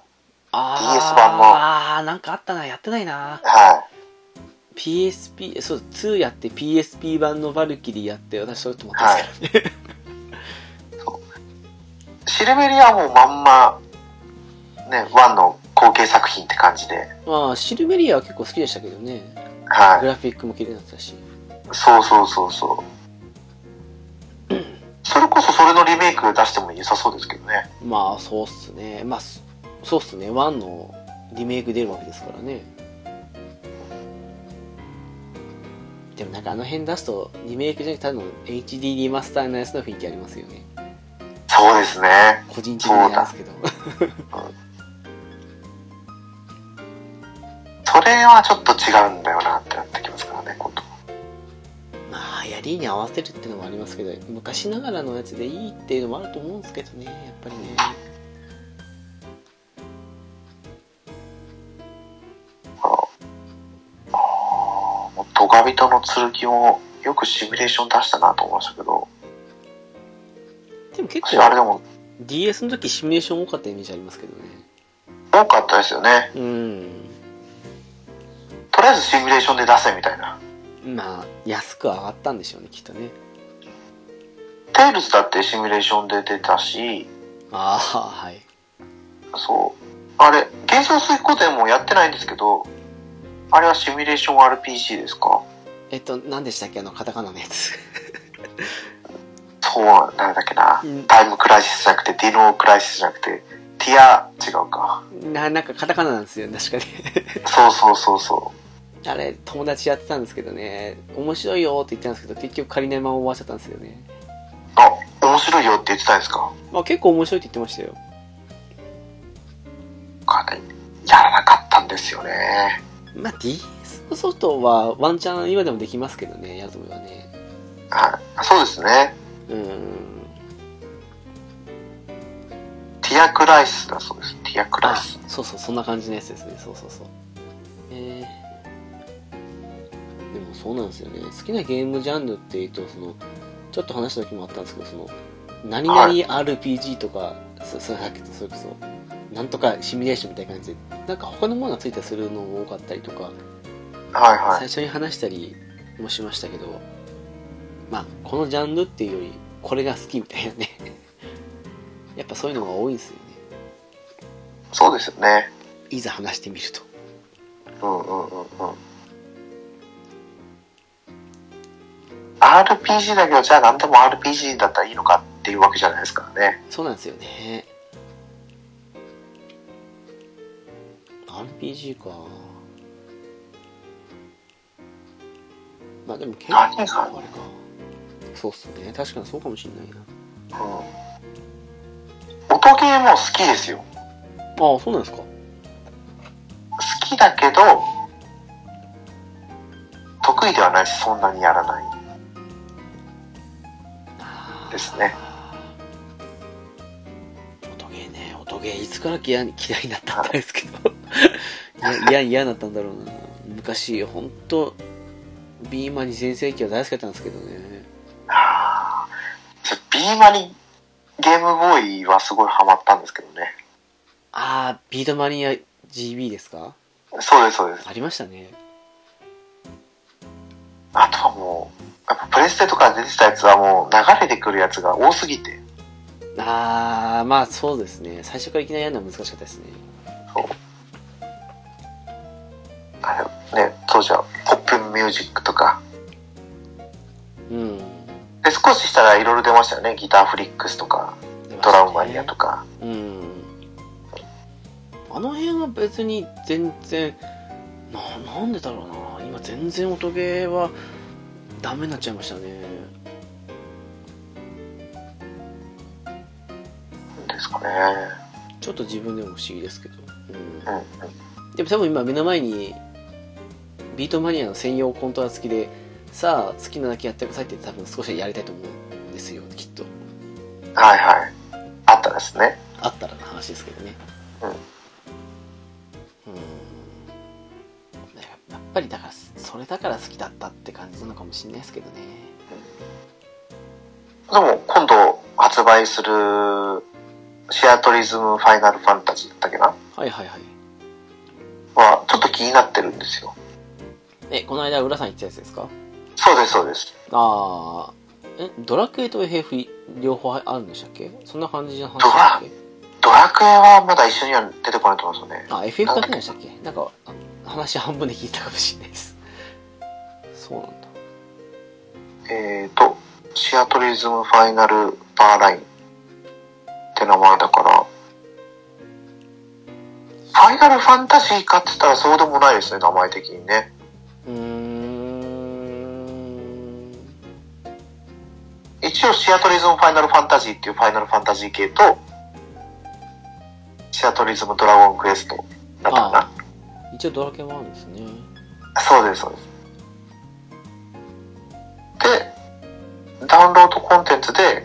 S1: あ
S2: DS 版の
S1: あーなんかあったなやってないな
S2: は
S1: PSP そう2やって PSP 版のバルキリーやって私それと思ってますからね、
S2: い。シルベリアもまんま、ね、ワンの後継作品って感じで。
S1: まあシルメリアは結構好きでしたけどねグ
S2: は
S1: ラフィックも綺麗だったし
S2: い。そうそうそうそう。それこそそれのリメイク出しても良さそうですけどね。
S1: まあそうっすねまあそそうっすね1のリメイク出るわけですからねでもなんかあの辺出すとリメイクじゃなくてただの HD リマスターのやつの雰囲気ありますよね
S2: そうですね。
S1: 個人的になんですけど
S2: それはちょっと違うんだよなってなってきますからね、今度。
S1: まあやりに合わせるっていうのもありますけど昔ながらのやつでいいっていうのもあると思うんですけどねやっぱりね
S2: ドガビトの剣をよくシミュレーション出したなと思いましたけど、
S1: でも結
S2: 私あれで
S1: 構
S2: も
S1: DS の時シミュレーション多かったイメージありますけどね
S2: 多かったですよね。
S1: うん
S2: とりあえずシミュレーションで出せみたいな。
S1: まあ安く上がったんでしょうねきっとね
S2: テイルズだってシミュレーションで出たし、
S1: ああはい
S2: そう。あれ、幻想水湖でもやってないんですけど、あれはシミュレーション RPG ですか
S1: えっと何でしたっけあのカタカナのやつ
S2: そう、なんだっけな。タイムクライシスじゃなくて、ディノークライシスじゃなくて、ティア、違うか。
S1: ななんかカタカナなんですよ確かに
S2: そうそうそうそ
S1: あれ友達やってたんですけどね面白いよって言ったんですけど結局仮にまま終わっちゃったんですよね
S2: う。あ、面白いよって言ってたんですか
S1: まあ結構面白いって言ってましたよ
S2: かなりやらなかったんですよね。
S1: まあ DS のソフトはワンチャン今でもできますけどねやるとはね
S2: はい。そうですね。
S1: うん
S2: ティアクライシスだそうです。ティアクライシス。
S1: そうそうそんな感じのやつですねそうそうそうえーでもそうなんですよね好きなゲームジャンルっていうとそのちょっと話した時もあったんですけどその何々
S2: はい
S1: RPG とか、そそれさっきとそれこそなんとかシミュレーションみたいな感じでなんか他のものがついたりするのも多かったりとか、
S2: はいはい
S1: 最。初に話したりもしましたけどまあこのジャンルっていうよりこれが好きみたいなね やっぱそういうのが多いんですよね
S2: そうですよね。
S1: いざ話してみると
S2: うんうんうんうん。RPG だけど、じゃあ何でも RPG だったらいいのかっていうわけじゃないですからね。
S1: そうなんですよね RPG かまあでも結構あ
S2: 何
S1: れ
S2: が
S1: かそうっすね確かにそうかもしんないな
S2: うん。音ゲーも好きですよ。
S1: ああそうなんですか
S2: 好きだけど、得意ではないし、そんなにやらない。ですね
S1: 音ゲーね音ゲーいつから嫌い嫌いになったんだですけ どいや嫌嫌になったんだろうな昔本当ビーマに全盛期は大好きだったんですけどね
S2: はあそれビーマにゲームボーイはすごいハマったんですけどね。
S1: ああビートマニア GB ですか
S2: そうです、そうです。
S1: ありましたね
S2: あとはもう、やっぱプレステとかで出てたやつはもう流れてくるやつが多すぎて、
S1: ああまあそうですね最初からいきなりやるのは難しかったですね
S2: あれね、当時はポップンミュージックとか、
S1: うん
S2: で、少ししたらいろいろ出ましたよね。ギターフリックスとか、ドラムマニアとか。
S1: うんあの辺は別に全然ななんでだろうな今全然音ゲーはダメになっちゃいましたね
S2: ですかね。
S1: ちょっと自分でも不思議ですけど、
S2: うんうん。
S1: うん、でも多分今目の前にビートマニアの専用コントラ付きでさあ好きなだけやってくださいって多分少しやりたいと思うんですよきっと
S2: はいはい。あったですね。
S1: あったらの話ですけどね
S2: うん
S1: うんだからやっぱりだからそれだから好きだったって感じなのかもしれないですけどね
S2: でも、今度発売する、シアトリズムファイナルファンタジーだったっけな
S1: はいはいはい
S2: は、ちょっと気になってるんですよ。
S1: えこの間浦さん言ってたやつですか
S2: そうです、そうです。
S1: ああえドラクエと FF 両方あるんでしたっけそんな感じの話でしたっけ
S2: ドラクエはまだ一緒には出てこないと思うんですよね。
S1: あ FF だけでしたっけなんかあ話半分で聞いたかもしれないですそうなんだ
S2: えーと、シアトリズムファイナルバーラインって名前だから、ファイナルファンタジーかって言ったらそうでもないですね、名前的にね。
S1: うーん
S2: 一応シアトリズムファイナルファンタジーっていうファイナルファンタジー系と、シアトリズムドラゴンクエストだったかな。
S1: 一応ドラクエもあるんですね
S2: そうです、そうです。で、ダウンロードコンテンツで、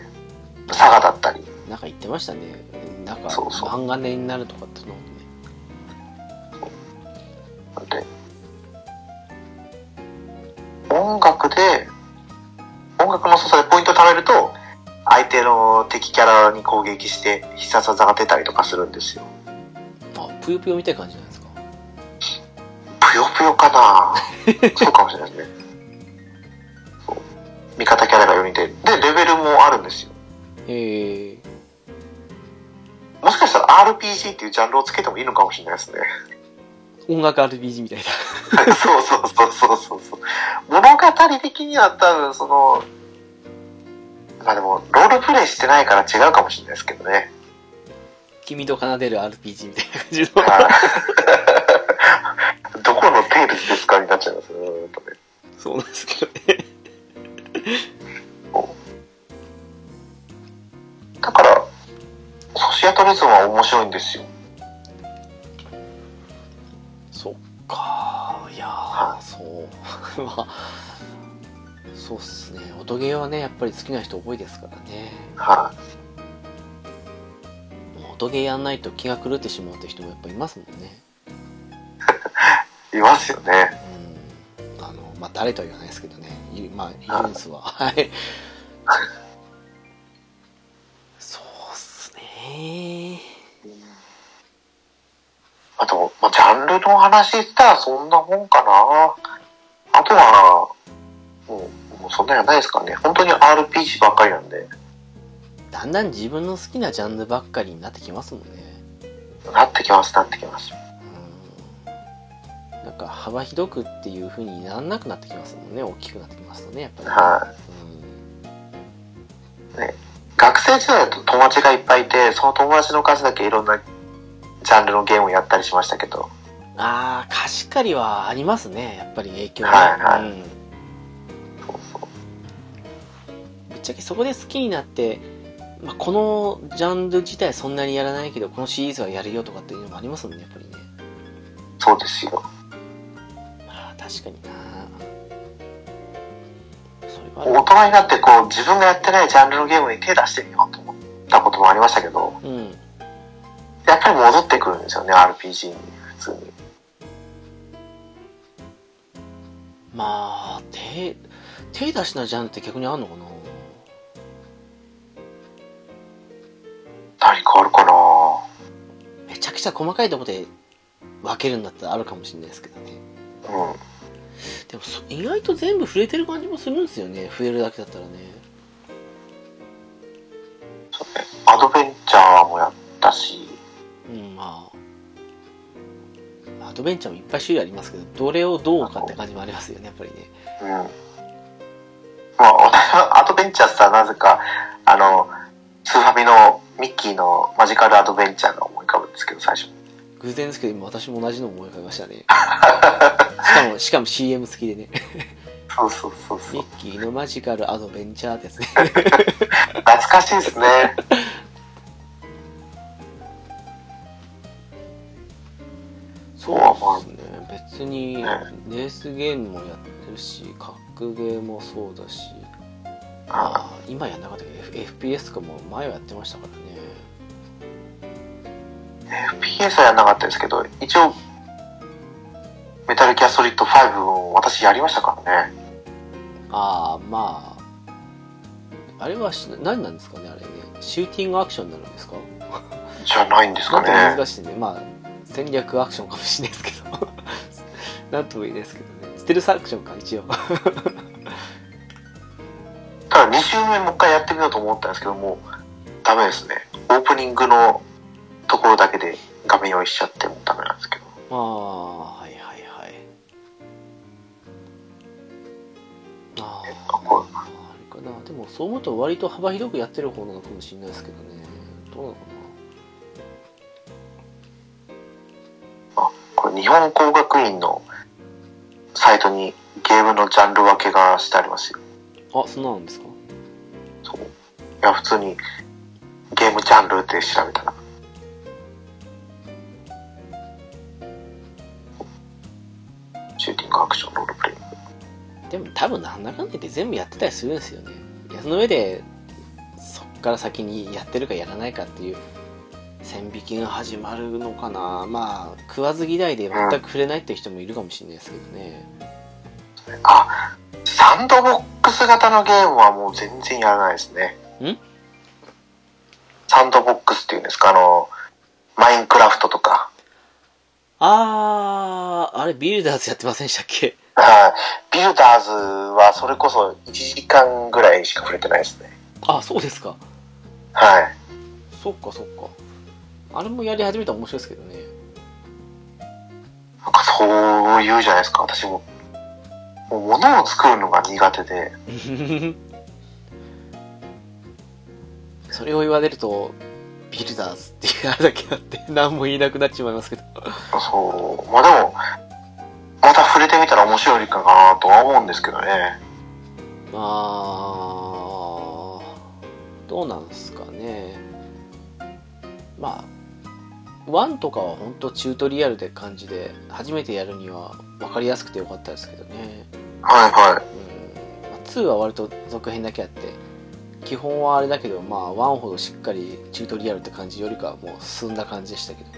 S2: サガだったり、
S1: なんか言ってましたねなんか
S2: そうそう
S1: 漫画家になるとかってのもね
S2: で音楽で音楽の操作でポイント貯めると相手の敵キャラに攻撃して必殺技が出たりとかするんですよ
S1: あぷよぷよみたいな感じじゃないですか
S2: ぷよぷよかなそうかもしれないですね。そう味方キャラが4人で。で、レベルもあるんですよ。
S1: ええ
S2: もしかしたら RPG っていうジャンルをつけてもいいのかもしれないですね。
S1: 音楽 RPG みたいな。
S2: そうそうそうそうそうそう。物語的には多分その、まあでも、ロールプレイしてないから違うかもしれないですけどね。
S1: 君と奏でる RPG みたいな感じの。
S2: はいどこのテイルズですかになっちゃいますね。やっぱね
S1: そうなんですけどね。
S2: だから、ソシアトリズムは面白いんですよ。
S1: そっかいやー、そう。 まあ、そうっすね。音ゲーはね、やっぱり好きな人多いですからね。
S2: はい、
S1: もう音ゲーやんないと気が狂ってしまうって人もやっぱいますもんね。
S2: いますよね。
S1: うん。あの、まあ、誰とは言わないですけどね。いまあ、いるんすわ。はい。そうっすね
S2: あと、まあ、ジャンルの話したらそんなもんかな。あとは、もう、もうそんなやないですかね。本当に RPG ばっかりなんで、
S1: だんだん自分の好きなジャンルばっかりになってきますもんね。
S2: なってきます、なってきます。
S1: うんなんか幅広くっていう風にならなくなってきますもんね大きくなってきますとねやっぱり、
S2: はい、学生時代だと友達がいっぱいいて、その友達の数だけいろんなジャンルのゲームをやったりしましたけど、
S1: うん、ああ貸し借りはありますねやっぱり影響
S2: はいはい
S1: うん、
S2: そうそう。
S1: ぶっちゃけそこで好きになって、まあ、このジャンル自体そんなにやらないけどこのシリーズはやるよとかっていうのもありますもんねやっぱりね
S2: そうですよ。
S1: まあ確かになそれはある
S2: 大人になってこう、自分がやってないジャンルのゲームに手出してみようと思ったこともありましたけど、
S1: うん
S2: やっぱり戻ってくるんですよね、RPG に、普通に。
S1: まあ手手出しないジャンルって逆にあんのかな
S2: 何かあるかな
S1: めちゃくちゃ細かいとこで分けるんだったらあるかもしれないですけどね
S2: うん。
S1: でもそ意外と全部触れてる感じもするんですよね増えるだけだったらね
S2: そうねアドベンチャーもやったし、
S1: うんまあアドベンチャーもいっぱい種類ありますけどどれをどうかって感じもありますよねやっぱりね
S2: うん。まあ、私は アドベンチャーさ、なぜか、あの、スーファミのミッキーのマジカルアドベンチャーが思い浮かぶんですけど、最初。
S1: 偶然ですけど今私も同じの思い浮かびました ねしかもしかも CM 付きでね
S2: そうそうそうそ
S1: ミ
S2: う。
S1: ッキーのマジカルアドベンチャーってやつね
S2: 懐かしいですね。
S1: そうですね別にレースゲームもやってるし格ゲーもそうだし
S2: あ
S1: あー今やんなかったけど F- FPS とかも前はやってましたからね
S2: FPS はやんなかったですけど、一応、メタルギアソリッド5を私やりましたからね。
S1: ああまああれはし何なんですかねあれねシューティングアクションになるんですか
S2: じゃないんです
S1: な
S2: か
S1: んとも
S2: ね。
S1: 難しいねまあ戦略アクションかもしれないですけど なんとも言えないですけどねステルスアクションか一応
S2: ただ2周目もう一回やってみようと思ったんですけどもうダメですねオープニングのところだけで画面用意しちゃってもうダメなんですけ
S1: あ
S2: ど
S1: あはいはいはいああ
S2: これ
S1: あれかなでもそう思うと割と幅広くやってる方なのかもしれないですけどねどうなのか
S2: これ日本工学院のサイトにゲームのジャンル分けがしてありますよ
S1: なあそんなのなんですか
S2: そういや普通にゲームジャンルって調べたらシューティングアクションロールプレイ
S1: でも多分なんだかんだ言って全部やってたりするんですよねいやその上でそっから先にやってるかやらないかっていう線引きが始まるのかなまあ食わず嫌いで全く触れないっていう人もいるかもしれないですけどね、
S2: あサンドボックス型のゲームはもう全然やらないですね
S1: ん
S2: サンドボックスっていうんですかあのマインクラフトとか
S1: あーああれ、ビルダーズやってませんでしたっけ
S2: はい。ビルダーズはそれこそ1時間ぐらいしか触れてないですね。
S1: あ、そうですか。
S2: はい。
S1: そっかそっか。あれもやり始めたら面白いですけどね。
S2: なんかそう言うじゃないですか、私も。もう物を作るのが苦手で。
S1: それを言われると、ビルダーズっていうあれだけあって、何も言えなくなっちまいますけど。
S2: そう。まあでも、また触れてみたら面白いかなとは思うんですけどね。
S1: まあ、どうなんすかね。まあ、1とかは本当チュートリアルって感じで、初めてやるには分かりやすくてよかったですけどね。
S2: はいはい。
S1: うんまあ2は割と続編だけあって、基本はあれだけど、まあ1ほどしっかりチュートリアルって感じよりかはもう進んだ感じでしたけど。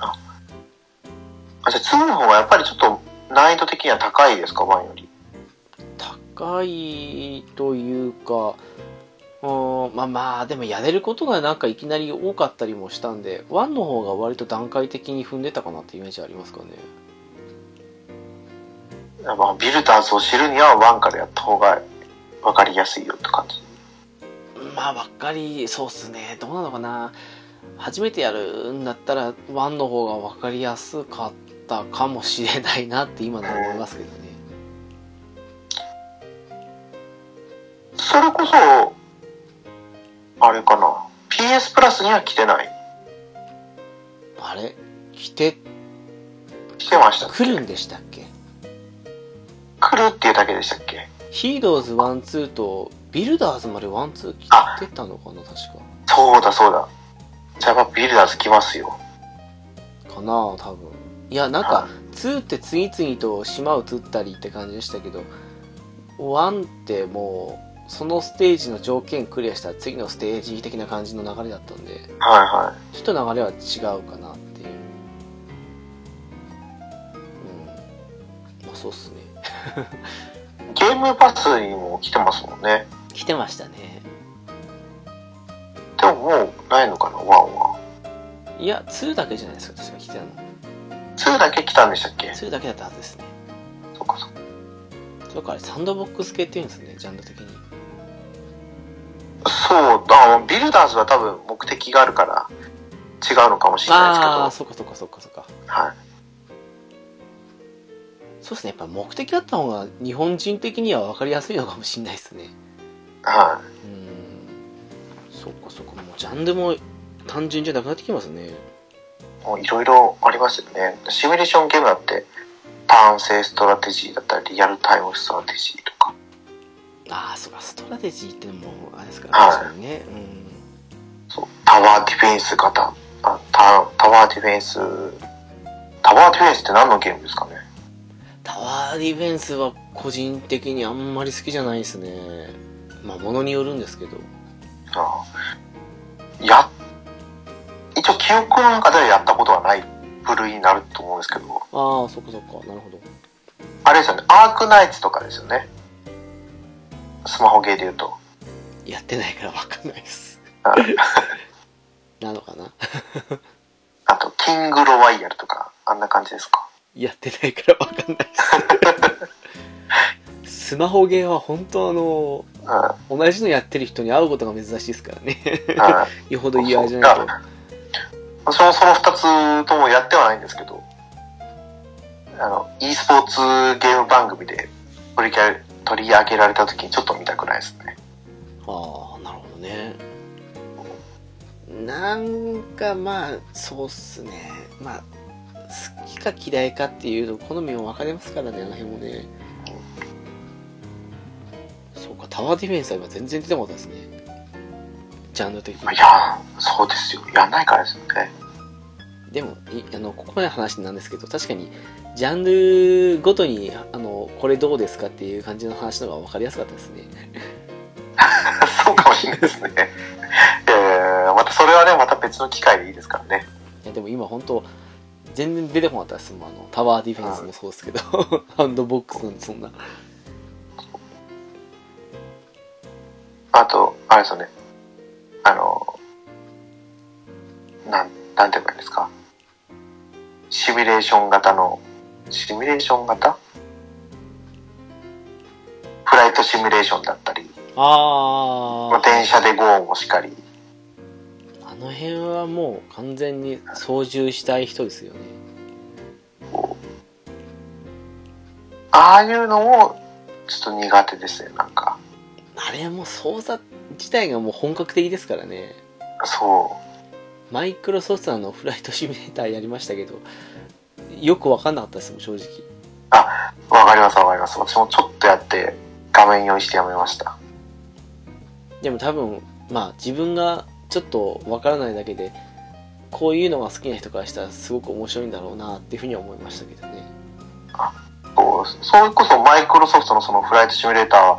S2: あ、じゃあ2の方がやっぱりちょっと難易度的には高いですか、1より。
S1: 高いというか、うーん、まあまあ、でもやれることがなんかいきなり多かったりもしたんで、1の方が割と段階的に踏んでたかなってイメージありますかね。
S2: まあ、ビルダーズを知るには1からやった方が分かりやすいよって感じ。
S1: まあ、ばっかり、そうっすね。どうなのかな。初めてやるんだったら、1の方が分かりやすかったかもしれないなって今なら思いますけどね。
S2: それこそ、あれかな。PS プラスには来てない。
S1: あれ来て、
S2: 来てました。
S1: 来るんでしたっけ
S2: 来るっていうだけでしたっけ
S1: ヒーローズ1、2と、ビルダーズまで1、2来てたのかな、確か。
S2: そうだそうだ。じゃあやっぱビルダーズ来ますよ。
S1: かな多分いやなんか2って次々と島を移ったりって感じでしたけど1ってもうそのステージの条件クリアしたら次のステージ的な感じの流れだったんで
S2: はいは
S1: ちょっと流れは違うかなっていううんまあそうっすね
S2: い。ゲームパスにも来てますもんね。
S1: 来てましたね
S2: でももうないのかな、1は。
S1: いや2だけじゃないですか確か来てたの
S2: 2だけ来たんでしたっけ
S1: 2だけだったはずですね
S2: そっかそっか。
S1: そうかあれサンドボックス系っていうんですねジャンル的に
S2: そうだ、ビルダーズは多分目的があるから違うのかもしれないですけど。
S1: ああーそっかそっかそっかそっか
S2: はい。
S1: そうですね、やっぱ目的だった方が日本人的には分かりやすいのかもしれないですね。
S2: は
S1: うーん。そっかそっか、もうジャンルも単純じゃなくなってきますね。
S2: い。もういろいろありますよね。シミュレーションゲームだって、ターン性ストラテジーだったり、リアルタイムストラテジーとか。
S1: ああ、そっか、ストラテジーってのもあれですか
S2: は
S1: ら、
S2: い
S1: 確かにね。うん。
S2: そうタワーディフェンス型あタタワーディフェンスタワーディフェンスって何のゲームですかね
S1: タワーディフェンスは個人的にあんまり好きじゃないですね。まあ、ものによるんですけど。
S2: ああや一応記憶の中ではやったことはない部類になると思うんですけど
S1: ああ、そっかそっか、なるほど。
S2: あれですよねアークナイツとかですよねスマホゲーで言うと
S1: やってないから分かんないです。
S2: あ
S1: なのかな
S2: あとキングロワイヤルとかあんな感じですか
S1: やってないからわかんないです。スマホゲーは本当あの、
S2: うん、は
S1: 同じのやってる人に会うことが珍しいですからね。
S2: いはい
S1: よほど言い合いじゃないと。
S2: 私もその2つともやってはないんですけど、あの、e スポーツゲーム番組で取り上げ取り上げられた時にちょっと見たくないですね。
S1: ああ、なるほどね。なんかまあ、そうっすね。まあ、好きか嫌いかっていうの、好みも分かれますからね、あの辺もね。そうか、タワーディフェンスは今全然出てこなかったですね。ジャンル的に。
S2: いやー、そうですよ。やんないからですよね。
S1: でもいあのここまでの話なんですけど確かにジャンルごとにあのこれどうですかっていう感じの話の方が分かりやすかったですね
S2: そうかもしれないですね。 えー、またそれはね、また別の機会でいいですからね。
S1: いやでも今本当全然出てこなかったですもんあのタワーディフェンスもそうですけどハンドボックスなんてそんな
S2: あと、あれですよね。あの、なん、なんて言えばいいんですか。シミュレーション型のシミュレーション型フライトシミュレーションだったり、
S1: あ
S2: まあ、電車で GO もしかり、
S1: あの辺はもう完全に操縦したい人ですよね
S2: ああいうのもちょっと苦手ですね、なんか。
S1: あれはもう操作自体がもう本格的ですからね
S2: そう。
S1: マイクロソフトのあのフライトシミュレーターやりましたけどよく分かんなかったですもん正直
S2: わかりますわかります。私もちょっとやって画面用意してやめました。
S1: でも多分まあ自分がちょっと分からないだけでこういうのが好きな人からしたらすごく面白いんだろうなっていうふうには思いましたけどね
S2: そうそれこそマイクロソフトのそのフライトシミュレーターは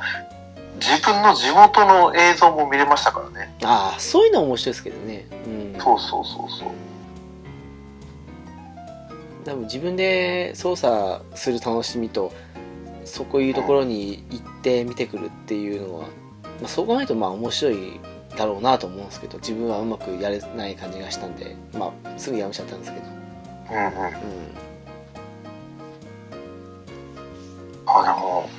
S2: 自分の地元の映像も見れましたからね。
S1: ああそういうのは面白いですけどねうん
S2: そうそうそうそう。
S1: 多分自分で操作する楽しみとそこいうところに行って見てくるっていうのは、まあ、そう考えるとまあ面白いだろうなと思うんですけど自分はうまくやれない感じがしたんで、まあ、すぐやめちゃったんですけど、
S2: うんう
S1: う
S2: ん。
S1: ん、
S2: あ、でも、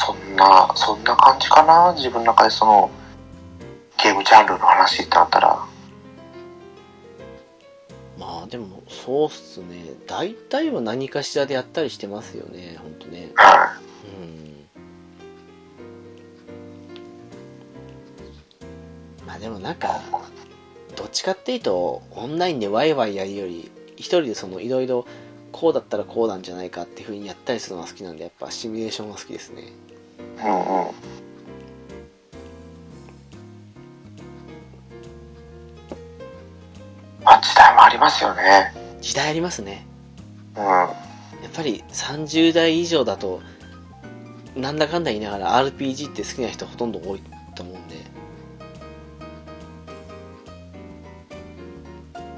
S2: そんな、そんな感じかな。自分の中でその、ゲームジャンルの話ってなったら。
S1: まあでもそうっすね大体は何かしらでやったりしてますよねほんとね
S2: は
S1: うんまあでもなんかどっちかっていうとオンラインでワイワイやるより一人でそのいろいろこうだったらこうなんじゃないかっていうふうにやったりするのが好きなんでやっぱシミュレーションが好きですね
S2: い。うんうん。まあ、時代もありますよね。
S1: 時代ありますね
S2: うん。
S1: やっぱり30代以上だとなんだかんだ言いながら RPG って好きな人ほとんど多いと思うんで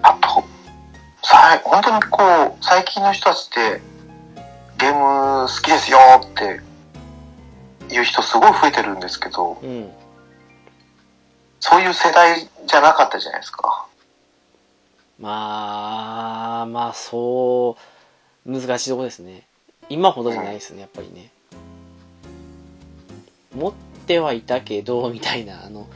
S2: あと、さい本当にこう、最近の人たちって、ゲーム好きですよっていう人すごい増えてるんですけど、
S1: うん
S2: そういう世代じゃなかったじゃないですか。
S1: まあまあそう難しいとこですね今ほどじゃないですねやっぱりね持ってはいたけどみたいなあの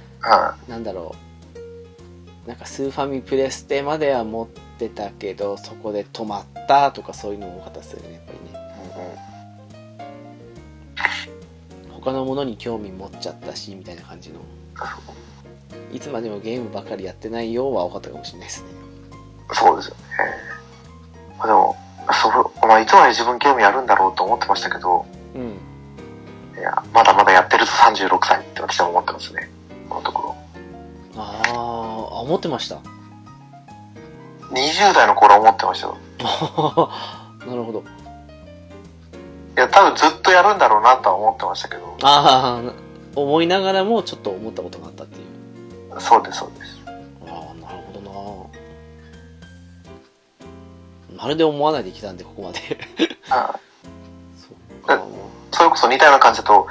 S2: う
S1: なんだろうなんかスーファミプレステまでは持ってたけどそこで止まったとかそういうの多かったですよねやっぱりね
S2: ん。うんうん
S1: 他のものに興味持っちゃったしみたいな感じのいつまでもゲームばかりやってないようは多かったかもしれないですね
S2: そうですよね。まあでも、そう、まあ、いつまで自分興味あるんだろうと思ってましたけど、
S1: うん
S2: いや、まだまだやってると36歳って私は思ってますね。このところ。
S1: あーあ思ってました
S2: 20代の頃は思ってましたよ。
S1: あーなるほど。
S2: いや、多分ずっとやるんだろうなとは思ってましたけど、
S1: ああ、思いながらもちょっと思ったことがあったっていう。
S2: そうです、そうです。
S1: ああ、なるほどな。まるで思わないで来たんで、ここまで。
S2: はい
S1: そっか。
S2: それこそ似たような感じだと、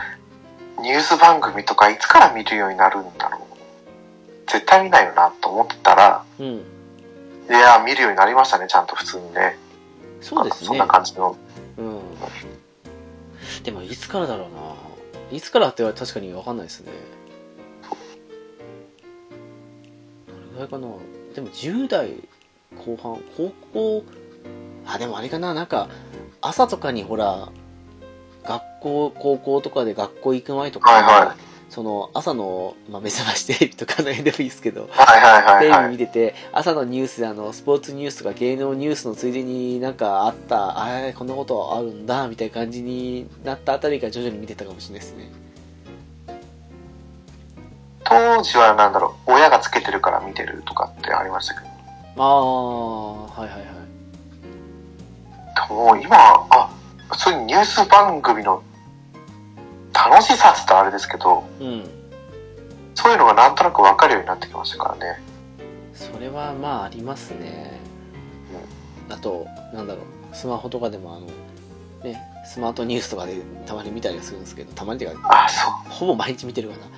S2: ニュース番組とかいつから見るようになるんだろう。絶対見ないよなと思ってたら、
S1: うん。
S2: いや、見るようになりましたね、ちゃんと普通にね。
S1: そうです
S2: そん
S1: ね
S2: な。感じの。
S1: うん。でも、いつからだろうな。いつからって言われて確かに分かんないですね。どれぐらいかな。でも、10代後半、高校、あ、でもあれかな、なんか、朝とかにほら、学校、高校とかで学校行く前とか、
S2: はいは
S1: その、朝の、まあ、目覚ましテレビとかの辺でもいいですけど、
S2: はいはい
S1: テ
S2: は
S1: レ
S2: い、
S1: ビ
S2: はい
S1: 見。てて、朝のニュースであのスポーツニュースとか芸能ニュースのついでになんかあった、あーこんなことあるんだみたいな感じになったあたりから徐々に見てたかもしれないですね。
S2: 当時はなんだろう、親がつけてるから見てるとかってありましたけど、
S1: ああ、はいはいはい。
S2: でももう今、あ、普通にニュース番組の楽しさって言ったらあれですけど、
S1: うん。
S2: そういうのがなんとなくわかるようになってきましたからね。
S1: それはまあありますね。あと、なんだろう、スマホとかでもあの、ね、スマートニュースとかでたまに見たりはするんですけど、たまにっていうか、
S2: あ、そう。
S1: ほぼ毎日見てるかな。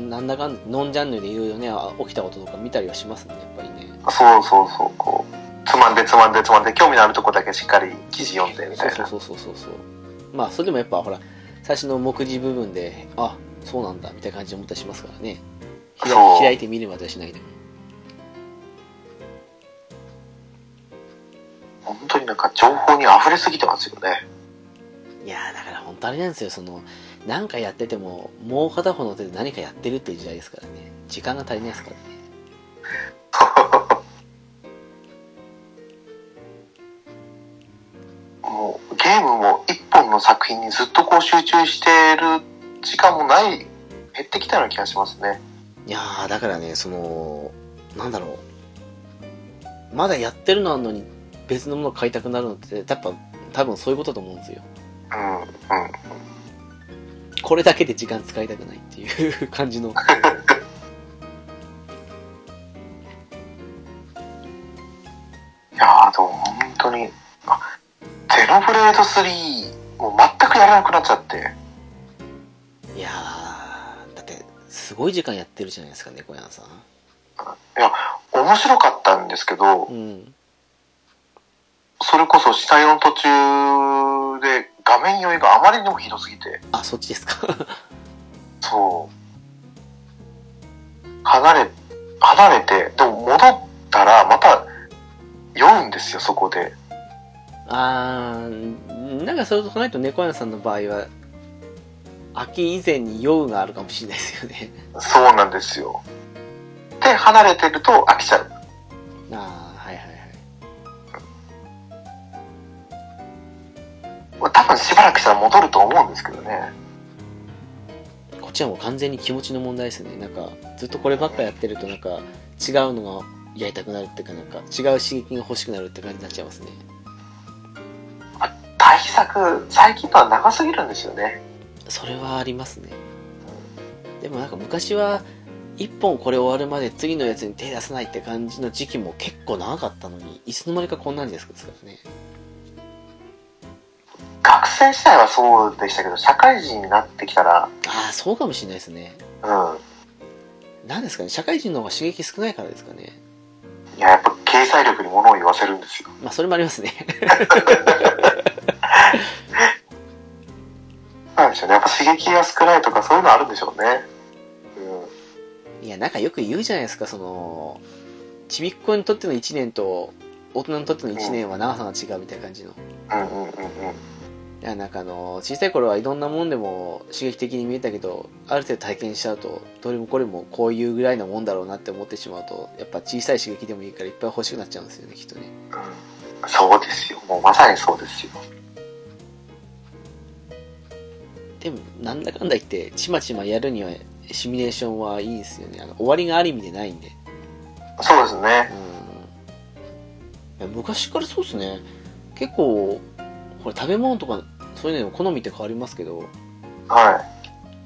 S1: ななんだかんだ、ノンジャンルでいろいろね、あ起きたこととか見たりはしますもんね、やっぱりね。
S2: そうそうそう、こう、つままんでつまんでつまんで興味のあるとこだけしっかり記事読んでみた
S1: そう
S2: いな
S1: そうそうそうそうそうまあそれでもやっぱほら最初の目次部分であそうなんだみたいな感じで思ったりしますからね開
S2: そう
S1: 開いてみるまではしないでも
S2: 本当になんか情報に溢れすぎてますよね
S1: いやーだから本当あれなんですよその何かやっててももう片方の手で何かやってるっていう時代ですからね時間が足りないですからね
S2: もうゲームも一本の作品にずっとこう集中してる時間もない減ってきたような気がしますね
S1: いやーだからねそのなんだろうまだやってるのあんのに別のものを買いたくなるのってやっぱ多分そういうことだと思うんですよ
S2: うんうん
S1: これだけで時間使いたくないっていう 感じの
S2: いやーでも本当にあゼノブレード3もう全くやらなくなっちゃって
S1: いやーだってすごい時間やってるじゃないですか猫やんさん
S2: 面白かったんですけど
S1: うん
S2: それこそ死体の途中で画面酔いがあまりにもひどすぎて
S1: あそっちですか
S2: そう離れ離れてでも戻ったらまた酔うんですよそこで
S1: あーなんかそう考えると猫やんさんの場合は秋以前に用があるかもしれないですよね
S2: そうなんですよで離れてると飽きちゃう
S1: ああはいはいはい
S2: まあ多分しばらくしたら戻ると思うんですけどね
S1: こっちはもう完全に気持ちの問題ですねなんかずっとこればっかやってるとなんか違うのがやりたくなるっていうかなんか違う刺激が欲しくなるって感じになっちゃいますね
S2: 対策最近のは長すぎるんですよね
S1: それはありますねでもなんか昔は一本これ終わるまで次のやつに手出さないって感じの時期も結構長かったのにいつの間にかこんなんですからね
S2: 学生時代はそうでしたけど社会人になってきたら
S1: ああそうかもしれないですね
S2: う
S1: 何ですかね社会人の方が刺激少ないからですかね
S2: んいややっぱ経済力に物を言わせるんですよ
S1: まあそれもありますね
S2: なんでしょうねやっぱ刺激が少ないとかそういうのあるんでしょうねうん
S1: いやなんかよく言うじゃないですかそのちびっ子にとっての1年と大人にとっての1年は長さが違うみたいな感じの
S2: うんうんうんうん
S1: いやなんかあの小さい頃はいろんなもんでも刺激的に見えたけどある程度体験しちゃうとどれもこれもこういうぐらいなもんだろうなって思ってしまうとやっぱ小さい刺激でもいいからいっぱい欲しくなっちゃうんですよねきっとね
S2: うんそうですよ。もうまさにそうですよ。
S1: でもなんだかんだ言ってちまちまやるにはシミュレーションはいいんですよねあの終わりがある意味でないんで
S2: そうですね
S1: う。んいや昔からそうっすね結構これ食べ物とかそういうのでも好みって変わりますけど
S2: は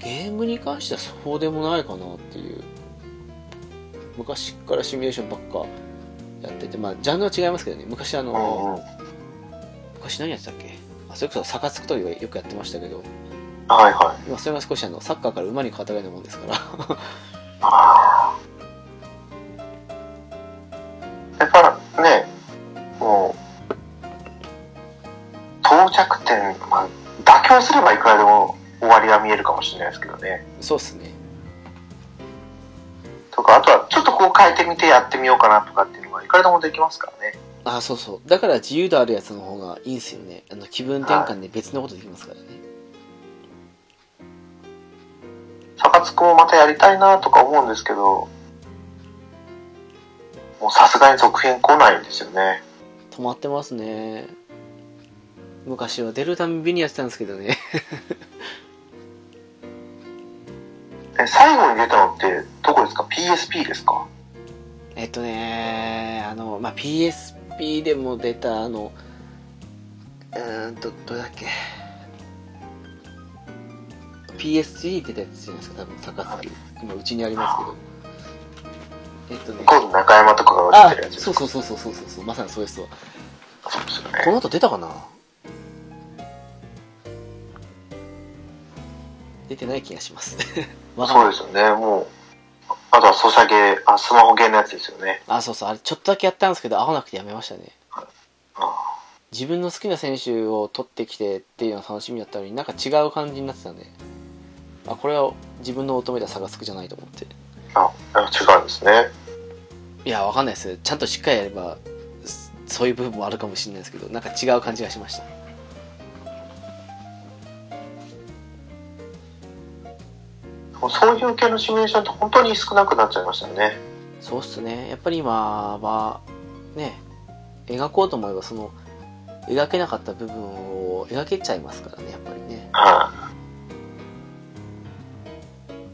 S1: ゲームに関してはそうでもないかなっていう昔からシミュレーションばっかやっててまあジャンルは違いますけどね昔あ
S2: い。
S1: の、
S2: うんうん。
S1: 昔何やってたっけあそれこそサカツクというよくやってましたけど
S2: はいはい。
S1: 今それが少しあのサッカーから馬に変わったぐらいのもんですから
S2: あーやっぱね、もう、到着点、まあ、妥協すればいくらでも終わりは見えるかもしれないですけどね。
S1: そうっすね
S2: とか、あとはちょっとこう変えてみてやってみようかなとかっていうのがいくらでもできますからね。
S1: あそうそうだから自由度あるやつの方がいいんすよねあの気分転換で別のことできますからね、
S2: サカツクもまたやりたいなとか思うんですけど、もうさすがに続編来ないんですよね。
S1: 止まってますね昔は出るたびにやってたんですけどね
S2: え最後に出たのってどこですか PSP ですか
S1: えっとねあの、まあ、PSP でも出たあのうーんとどれだっけ PS3 出たやつじゃないですか多分高槻今うちにありますけどえっとね
S2: 今度中山とかが出
S1: あ
S2: てるやつ
S1: そうそうそうそうそうそうそうまさにそうですわ
S2: そうですよ
S1: こ
S2: ね
S1: の後出たかな出てない気がします わかんな
S2: そう
S1: い
S2: ですよねもうあとはソシャゲあスマホゲーのやつですよね
S1: あそうそうあれちょっとだけやったんですけど合わなくてやめましたね自分の好きな選手を取ってきてっていうのが楽しみだったのになんか違う感じになってたんであこれは自分の求めた差がつくじゃないと思って
S2: あ違うんですね
S1: いやわかんないですちゃんとしっかりやればそそういう部分もあるかもしれないですけどなんか違う感じがしました
S2: そういう系のシミュレーションって本当に少なくなっちゃいましたね
S1: そうっすねやっぱり今はね描こうと思えばその描けなかった部分を描けちゃいますからねやっぱりね
S2: は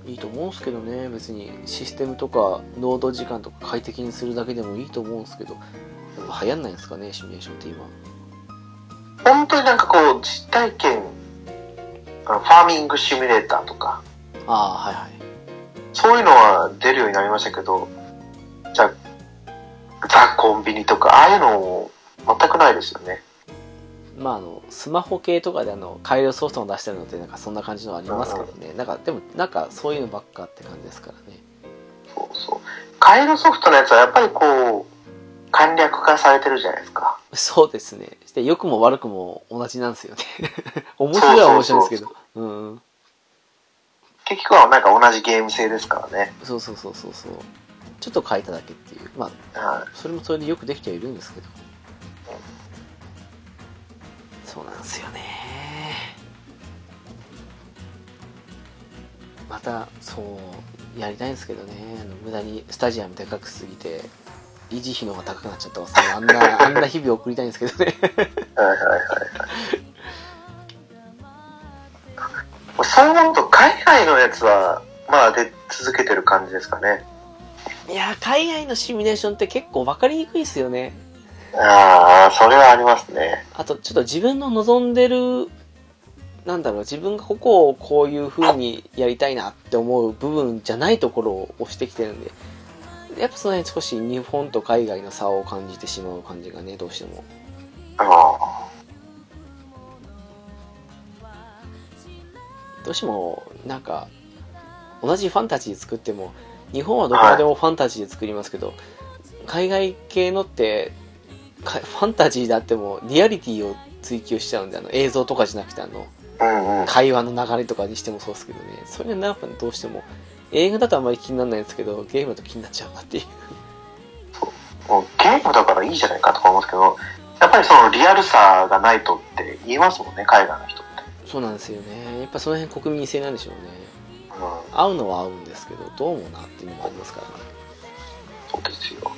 S2: い
S1: いと思うんすけどね別にシステムとか濃度時間とか快適にするだけでもいいと思うんすけどやっぱ流行んないんですかねシミュレーションって今
S2: い本当になんかこう実体験あのファーミングシミュレーターとか
S1: ああはいはい
S2: そういうのは出るようになりましたけどじゃあザ・コンビニとかああいうのも全くないですよね
S1: まああのスマホ系とかであの改良ソフトを出してるのってなんかそんな感じのありますけどねなんかでもなんかそういうのばっかって感じですからね
S2: そうそうカエルソフトのやつはやっぱりこう簡略化されてるじゃないですか
S1: そうですね。で、良くも悪くも同じなんですよ ね。面白いは面白いですけど。うん。
S2: 結局はなんか同じゲーム性ですからね
S1: そうそうそうそうそう。ちょっと変えただけっていう。ま
S2: は
S1: あ、それもそれでよくできてはいるんですけど。そうなんですよね。また、そう、やりたいんですけどね。あの無駄にスタジアムでかくすぎて、維持費の方が高くなっちゃったわ。そのあんな、あんな日々を送りたいんですけどね。
S2: いはいはいはいはいそう思うと海外のやつはまあ出続けてる感じですかね
S1: いやー、海外のシミュレーションって結構分かりにくいですよね。
S2: ああそれはありますね
S1: あとちょっと自分の望んでるなんだろう自分がここをこういう風にやりたいなって思う部分じゃないところを押してきてるんでやっぱその辺少し日本と海外の差を感じてしまう感じがねどうしても
S2: ああ
S1: どうしてもなんか同じファンタジー作っても日本はどこまでもファンタジーで作りますけど、海外系のってかファンタジーであってもリアリティを追求しちゃうんであの映像とかじゃなくてあの
S2: うんうん
S1: 会話の流れとかにしてもそうですけどねそれはなんかどうしても映画だとあんまり気にならないんですけどゲームだと気になっちゃうなっていう
S2: もうゲームだからいいじゃないかとか思うんですけどやっぱりそのリアルさがないとって言いますもんね海外の人って、
S1: そうなんですよねやっぱその辺国民性なんでしょうね
S2: うん、そ
S1: 合うのは合うんですけどどうもなっていうのもありますからね
S2: うですよ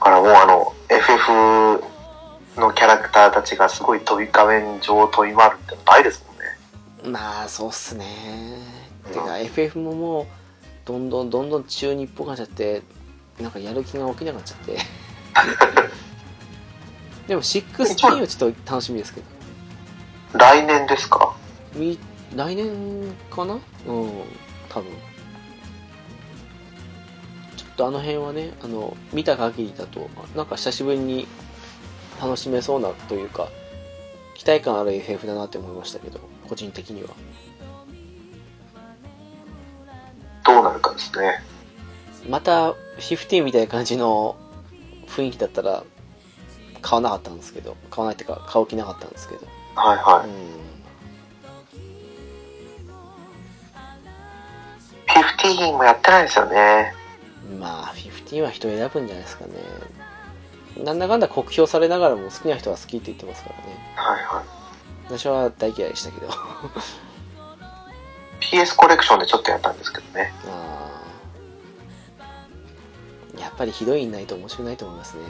S2: だからもうあの FF のキャラクターたちがすごい飛び画面上を飛び回るってないですもんね
S1: まあそうっすねて
S2: う
S1: か FF ももうどんどんどんどん中日っぽくなっちゃってなんかやる気が起きなくなっちゃって でも16はちょっと楽しみですけど
S2: 来年ですか
S1: み来年かなうん多分ちょっとあの辺はねあの見た限りだとなんか久しぶりに楽しめそうなというか期待感ある FF だなって思いましたけど個人的には
S2: どうなるかですね
S1: また15みたいな感じの雰囲気だったら買わなかったんですけど買わないっていうか買う気なかったんですけど
S2: はいは
S1: う
S2: い
S1: ん
S2: 15もやってないですよね
S1: まあ、15は人選ぶんじゃないですかね。なんだかんだ酷評されながらも好きな人は好きって言ってますからね。
S2: はいはい
S1: 私は大嫌いでしたけど。 あ
S2: PS コレクションでちょっとやったんですけどね
S1: ーやっぱりひどいないと面白くないと思いますね。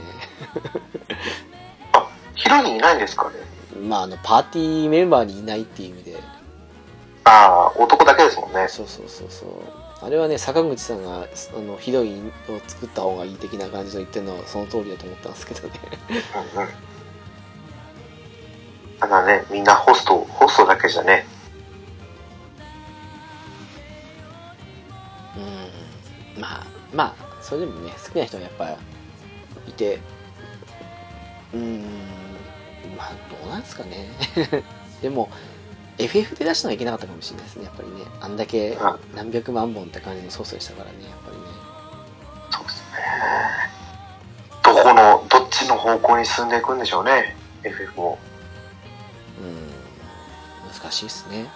S2: ヒロインいないんですかね
S1: まあ、あの、パーティーメンバーにいないっていう意味で。
S2: ああ男だけですもんね
S1: そうそうそうそう。あれはね、坂口さんが、あの、ひどいを作った方がいい的な感じの言ってるのはその通りだと思ったんですけどね。
S2: うんうんただねみんなホストホストだけじゃね
S1: うんまあまあそれでもね好きな人はやっぱいてうんまあどうなんですかね でも FF で出したのはいけなかったかもしれないですねやっぱりねあんだけ
S2: あ
S1: 何百万本って感じのソースでしたからねやっぱりね
S2: そうですねどこの方向に進んでいくんでしょうね FF も
S1: うん難しいですね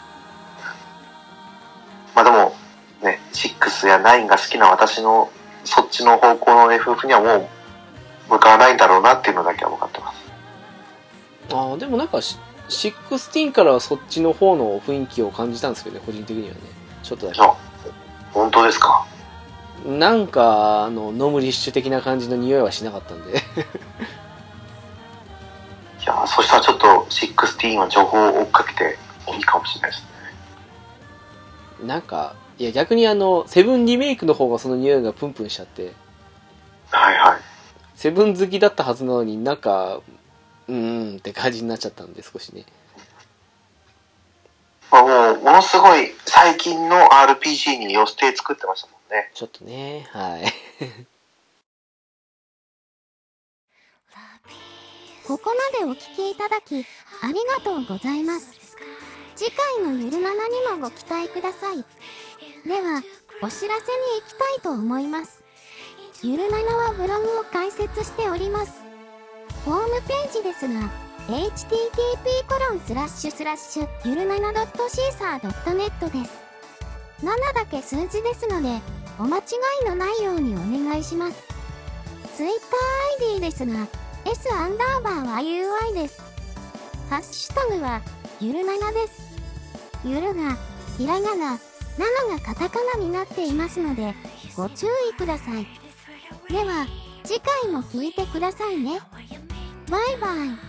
S2: まあでもね6や9が好きな私のそっちの方向の FF にはもう向かわないんだろうなっていうのだけは分かってます
S1: ああでもなんかし16からはそっちの方の雰囲気を感じたんですけどね個人的にはねちょっとだけ
S2: あ本当ですか
S1: なんかあのノムリッシュ的な感じの匂いはしなかったんで
S2: いやそしたらちょっと16は情報を追っかけていいかもしれないですね
S1: なんかいや逆にあのセブンリメイクの方がその匂いがプンプンしちゃって
S2: はいはい
S1: セブン好きだったはずなのになんかうーんって感じになっちゃったんで少しね
S2: まあもうものすごい最近の RPG に寄せて作ってましたもんね
S1: ちょっとねはい
S3: ここまでお聞きいただき、ありがとうございます。次回のゆるななにもご期待ください。では、お知らせに行きたいと思います。ゆるななはブログを開設しております。ホームページですが、http:// ゆるなな .caesar.net です。7だけ数字ですので、お間違いのないようにお願いします。TwitterID ですが、S アンダーバーは UI です。ハッシュタグは、ゆるななです。ゆるが、ひらがな、なのがカタカナになっていますので、ご注意ください。では、次回も聞いてくださいね。バイバイ。